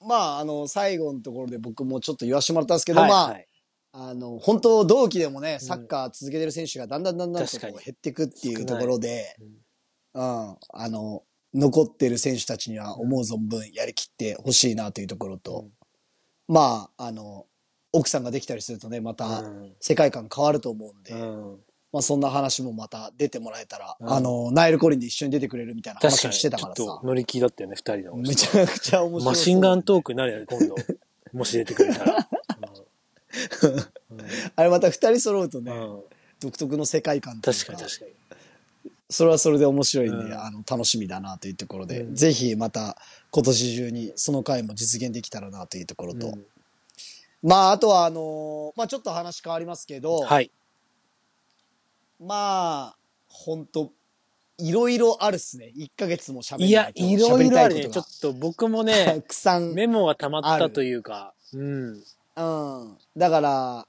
S2: まああの、最後のところで僕もちょっと言わせてもらったんですけど、
S3: はい
S2: まあ、
S3: はい
S2: あの、本当同期でもね、サッカー続けてる選手がだんだんだんだんと
S3: 確か
S2: こ
S3: に
S2: う減っていくっていうところで、うん、あの、残ってる選手たちには思う存分やりきってほしいなというところと、まあ、あの、奥さんができたりするとね、また
S3: うん
S2: 世界観変わると思うんで、
S3: うん
S2: まあそんな話もまた出てもらえたら、
S3: うん
S2: あの、ナイルコリンで一緒に出てくれるみたいな
S3: 確
S2: 話
S3: か
S2: を
S3: に
S2: してたから
S3: ちょっ
S2: さ
S3: と、乗り気だったよね二人の
S2: めちゃくちゃ面白い。
S3: マシンガントークになるよ ね今度もし出てくれたら、
S2: あれまた二人揃うと
S3: う
S2: ね、
S3: んうん
S2: 独特の世界観という
S3: 確かに確かに
S2: それはそれで面白いんで、
S3: うん
S2: あの楽しみだなというところで、
S3: うん
S2: ぜひまた今年中にその回も実現できたらなというところと、
S3: うん
S2: まああとはあのーまあちょっと話変わりますけど、
S3: はい
S2: まあ本当いろいろあるっすね1ヶ月も喋
S3: い
S2: りな
S3: や
S2: いと
S3: いろいろあ
S2: 喋り
S3: る
S2: たい
S3: ね
S2: こ
S3: ち
S2: と
S3: ょ
S2: が
S3: っと僕も
S2: た
S3: ね
S2: くさん、
S3: メモが溜まったというかうん
S2: うん、だから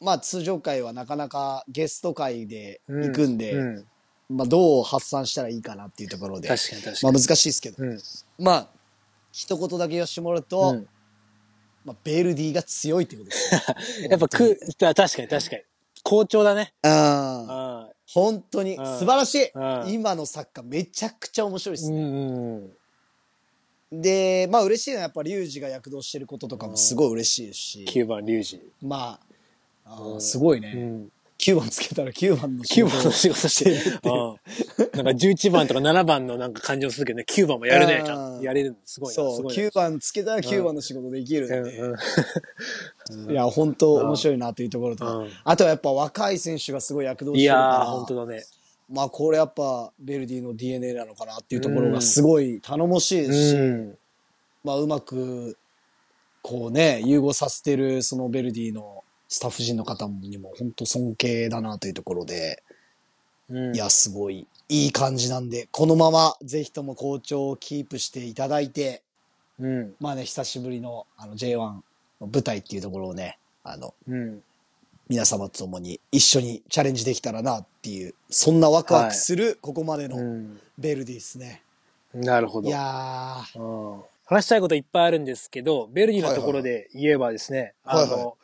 S2: まあ通常回はなかなかゲスト回で行くんで、
S3: うん
S2: まあ、どう発散したらいいかなっていうところで、
S3: 確かに確
S2: ま
S3: か
S2: あ、
S3: に
S2: 難しいですけど、
S3: うん
S2: まあ一言だけ言わせてもらうと、
S3: うん
S2: まあ、ベルディが強いってことですね。
S3: やっぱく確かに確かに好調だね
S2: ああ
S3: あ
S2: 本当に
S3: うん
S2: 素晴らしい
S3: うん
S2: 今の作家めちゃくちゃ面白いで
S3: う
S2: す、
S3: んうん
S2: で、まあ嬉しいのはやっぱリュウジが躍動してることとかもすごい嬉しいですし、
S3: 9番リュウジ
S2: まあ、あーすごいね、9番つけたら9番の仕
S3: 9
S2: 事
S3: 番の仕事してる。うんなんか11番とか7番のなんか感じもするけど ね、9番もやるね、ちゃん
S2: うん
S3: とやれるのすごいな。
S2: そ
S3: す
S2: う、
S3: ごい
S2: 9番つけたら9番の仕事できるん
S3: な
S2: で、
S3: うんうん
S2: いや、本当面白いなというところと、
S3: うん
S2: あとはやっぱ若い選手がすごい躍動し
S3: い
S2: てるか
S3: や
S2: ら
S3: ー、、本当だね。
S2: まあこれやっぱベルディの DNA なのかなっていうところがすごい頼もしいですし、
S3: うん。
S2: まあ、うまく、こうね、融合させてる、そのベルディのスタッフ陣の方にも、本当尊敬だなというところで、
S3: うん
S2: いや、すごい、いい感じなんで、このまま、ぜひとも好調をキープしていただいて、
S3: うん。
S2: まあね、久しぶりの、あの、J1 の舞台っていうところをね、あの、
S3: うん。
S2: 皆様と共に一緒にチャレンジできたらなっていう、そんなワクワクする、ここまで
S3: う
S2: の
S3: ん。
S2: ベルディですね。
S3: なるほ
S2: い
S3: ど。
S2: や
S3: うん話したいこといっぱいあるんですけど、ベルディのところで言えばですね、
S2: はいは
S3: あ
S2: いはい
S3: の、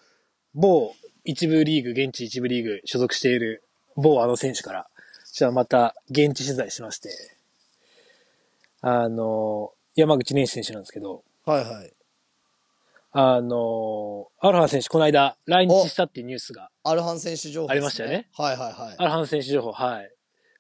S3: 某一部リーグ、現地一部リーグ所属している某あの選手から、じゃあまた現地取材しまして、あの、山口年選手なんですけど、
S2: ー、はいはい。
S3: あの、アルハン選手、この間、来日したっていうニュースが、
S2: アルハン選手情報、
S3: ありましたよね。
S2: はいはいはい。
S3: アルハン選手情報、はい。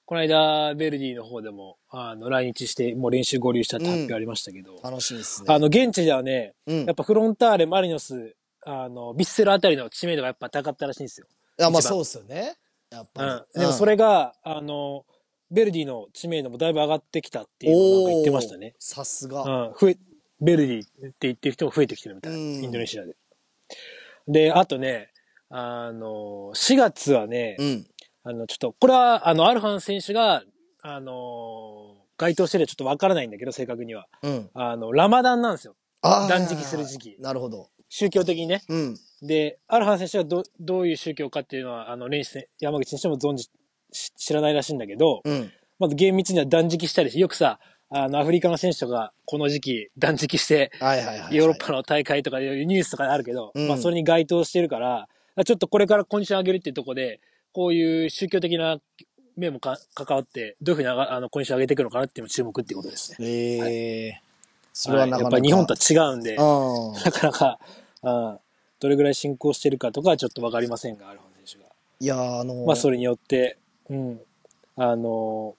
S3: この間、ベルディの方でも、あの、来日して、もう練習合流したって発表ありましたけど、
S2: 楽しみですね。
S3: あの、現地ではね、
S2: うん
S3: やっぱフロンターレ、マリノス、あの、ビッセルあたりの知名度がやっぱ高かったらしいんですよ。
S2: いや、まあ
S3: 一番
S2: そうっすよね。やっ
S3: う
S2: ぱ
S3: ん。
S2: り。
S3: でもそれが、あの、ベルディの知名度もだいぶ上がってきたっていうのをなんか言ってましたね
S2: おー。さす
S3: う
S2: が。
S3: ん。増え、ベルディって言ってる人も増えてきてるみたいな。
S2: うん
S3: インドネシアで。で、あとね、あの、4月はね、
S2: うん。
S3: あの、ちょっと、これは、あの、アルハン選手が、あの、該当してるかちょっとわからないんだけど、正確には。
S2: うん。
S3: あの、ラマダンなんですよ。
S2: あー
S3: 断食する時期
S2: なるほど。
S3: 宗教的にね。
S2: うん。
S3: で、アルハン選手はどどういう宗教かっていうのは、あの、レンシ選山口選手も存じ、し知らないらしいんだけど、
S2: うん。
S3: まず厳密には断食したりし、よくさ、あの、アフリカの選手とか、この時期断食して、
S2: はいはいはいはい。
S3: ヨーロッパの大会とかでニュースとかあるけど、
S2: うん
S3: まあそれに該当してるから、ちょっとこれからコンディション上げるっていうところで、こういう宗教的な面もか関わって、どういうふうにあがあのコンディション上げていくのかなっていうのも注目っていうことですね。
S2: ええそれはなかなか。
S3: はいやっぱり日本とは違うん
S2: う
S3: で、
S2: ん
S3: なかなか、うん、どれぐらい進行してるかとかはちょっとわかりませんが、アルフォン選手が。
S2: いやーあのー、
S3: まあ、それによって、うん、あの、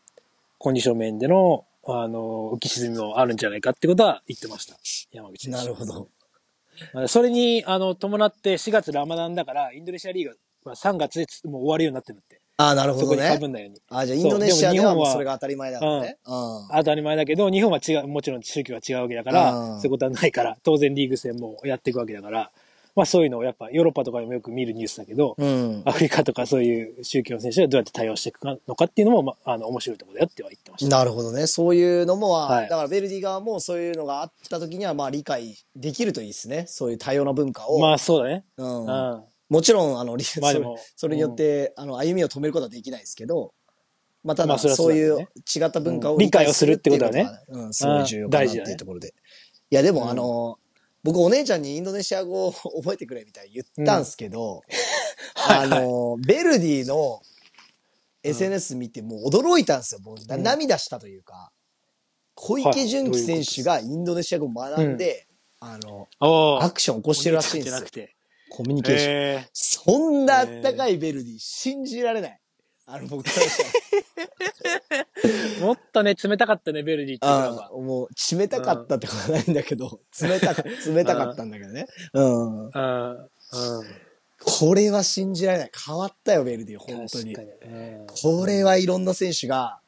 S3: コンディション面での、あの、浮き沈みもあるんじゃないかってことは言ってました。山口選手
S2: なるほど。
S3: まあそれに、あの、伴って4月ラマダンだから、インドネシアリーグは3月でつもう終わるようになってるって。
S2: ああ、なるほ
S3: そ
S2: ど
S3: こに被
S2: ね。
S3: んないように。
S2: あじゃあインドネシアで
S3: そうでも
S2: は
S3: 日本
S2: もう
S3: は
S2: それが当たり前だからね。うん。
S3: 当たり前だけど、日本は違う、もちろん宗教は違うわけだから、
S2: うん
S3: そういうことはないから、当然リーグ戦もやっていくわけだから、まあそういうのをやっぱヨーロッパとかでもよく見るニュースだけど、
S2: うん。
S3: アフリカとかそういう宗教の選手がどうやって対応していくのかっていうのも、まあ、あの、面白いところだよっては言ってました。
S2: なるほどね。そういうのもは、
S3: はい
S2: だからベルディ側もそういうのがあった時には、まあ理解できるといいですね。そういう多様な文化を。
S3: まあそうだね。
S2: う
S3: うんん。。
S2: もちろん、あの、理
S3: まあ
S2: そ
S3: で
S2: れ
S3: も
S2: それによって、あの、歩みを止めることはできないですけど、まあただ、
S3: まあそれは
S2: そうい
S3: そ
S2: う
S3: うだ
S2: 違
S3: よ
S2: った文化を
S3: うん理解をするってことはね
S2: 理解するっていうことがうん、すごい重要かなっ
S3: うん大
S2: て
S3: 事だね
S2: いうところで。いや、で
S3: う
S2: も
S3: ん
S2: あの、僕お姉ちゃんにインドネシア語を覚えてくれみたいに言ったんですけど、 あの、ベルディの SNS 見てもう驚いたんですよ。もうな
S3: うん
S2: 涙したというか、小池純喜選手がインドネシア語を学んで、あの、
S3: お
S2: アクションを起こしてるらしいんです
S3: じゃな
S2: よ
S3: く。て。
S2: コミュニケーション。
S3: え
S2: そんなあったかいベルディ、信じられない。あの、僕からしたら。
S3: ー、もっとね、冷たかったね、ベルディっていうの
S2: あ
S3: は。
S2: あ、もう、冷たかったってことはないんだけど、冷たか、 冷たかったんだけどね。うん。
S3: うん。うん。
S2: これは信じられない。変わったよ、ベルディ、本当
S3: 確
S2: に
S3: か。に。うん
S2: これはいろんな選手が、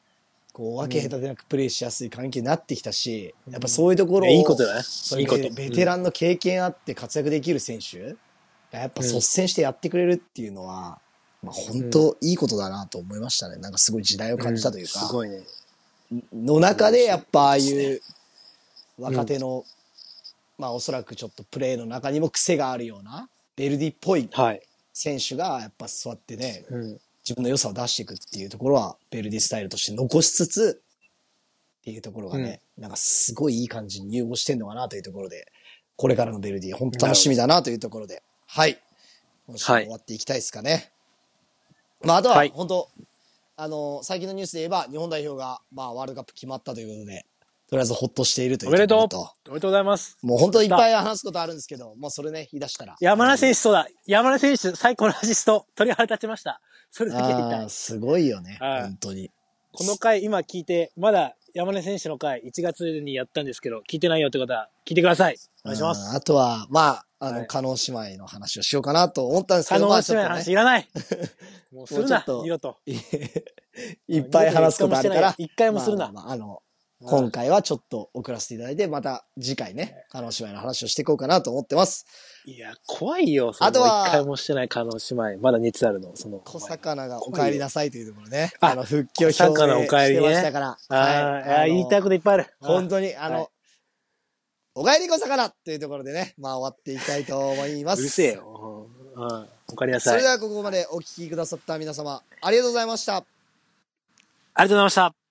S2: こう、分け隔てなくプレーしやすい環境になってきたし、やっぱそういうところを、
S3: ねいいことだね。
S2: そう
S3: い
S2: い
S3: いうこと。
S2: ベベテランの経験あって活躍できる選手がやっぱ率先してやってくれるっていうのは、まあ本当いいことだなと思いましたね。なんかすごい時代を感じたというか、
S3: すごいね。
S2: の中でやっぱああいう若手の、まあおそらくちょっとプレーの中にも癖があるような、ベルディっぽい
S3: はい。
S2: 選手がやっぱ座ってね、
S3: うん。
S2: 自分の良さを出していくっていうところは、ベルディスタイルとして残しつつ、っていうところがね、なんかすごいいい感じに融合してんのかなというところで、これからのベルディ、本当楽しみだなというところで、はい。今週も
S3: はい
S2: 終わっていきたいですかね。まあ、あとは、
S3: はい
S2: 本当あの、最近のニュースで言えば、日本代表が、まあ、ワールドカップ決まったということで、とりあえずほっとしているという
S3: おめでとう
S2: ところ
S3: おめでとうございます。
S2: ともう本当いっぱい話すことあるんですけど、もうそれね、言い出したら。
S3: 山田選手そうだ。山田選手、最高のアシスト。鳥肌立ちました。それだけ言いた
S2: あ
S3: い
S2: ー。すごいよね、
S3: はい
S2: 本当に。
S3: この回、今聞いて、まだ山根選手の回、1月にやったんですけど、聞いてないよって方は、聞いてください。お願いしま
S2: う
S3: す。
S2: んあとは、まあ、あの、
S3: はい
S2: 加納姉妹の話をしようかなと思ったんですけ
S3: 可
S2: ど、
S3: 能
S2: まあ
S3: な
S2: ちょっと
S3: 話
S2: ね、
S3: い らない。もうする
S2: もうちょ
S3: な
S2: っと、
S3: 二度と。
S2: いっぱい話すことあるから、
S3: 一回もしてない一回もするな
S2: まあまあまああの、今回はちょっと送らせていただいて、また次回ね、加納姉妹の話をしていこうかなと思ってます。
S3: いや、怖いよ。その
S2: あとは
S3: 一回もしてない可能姉妹。まだ熱あるの、その。
S2: 小魚がお帰りなさいというところね、
S3: あ
S2: あの、復帰を表
S3: 小魚お
S2: 明
S3: 帰り
S2: し
S3: ね
S2: てましたから、
S3: あーあー、言いたいこと
S2: と
S3: いっぱいある。
S2: 本当に、あの、
S3: はい
S2: お帰り小魚というところでね、まあ終わっていきたいと思いま
S3: う
S2: す。
S3: るせえ。よ。うんうん。おかりな
S2: そ
S3: さい。あ
S2: れ
S3: り
S2: で
S3: が
S2: はここまでお聞きくださった皆様、ありがとうございました。
S3: とうございました。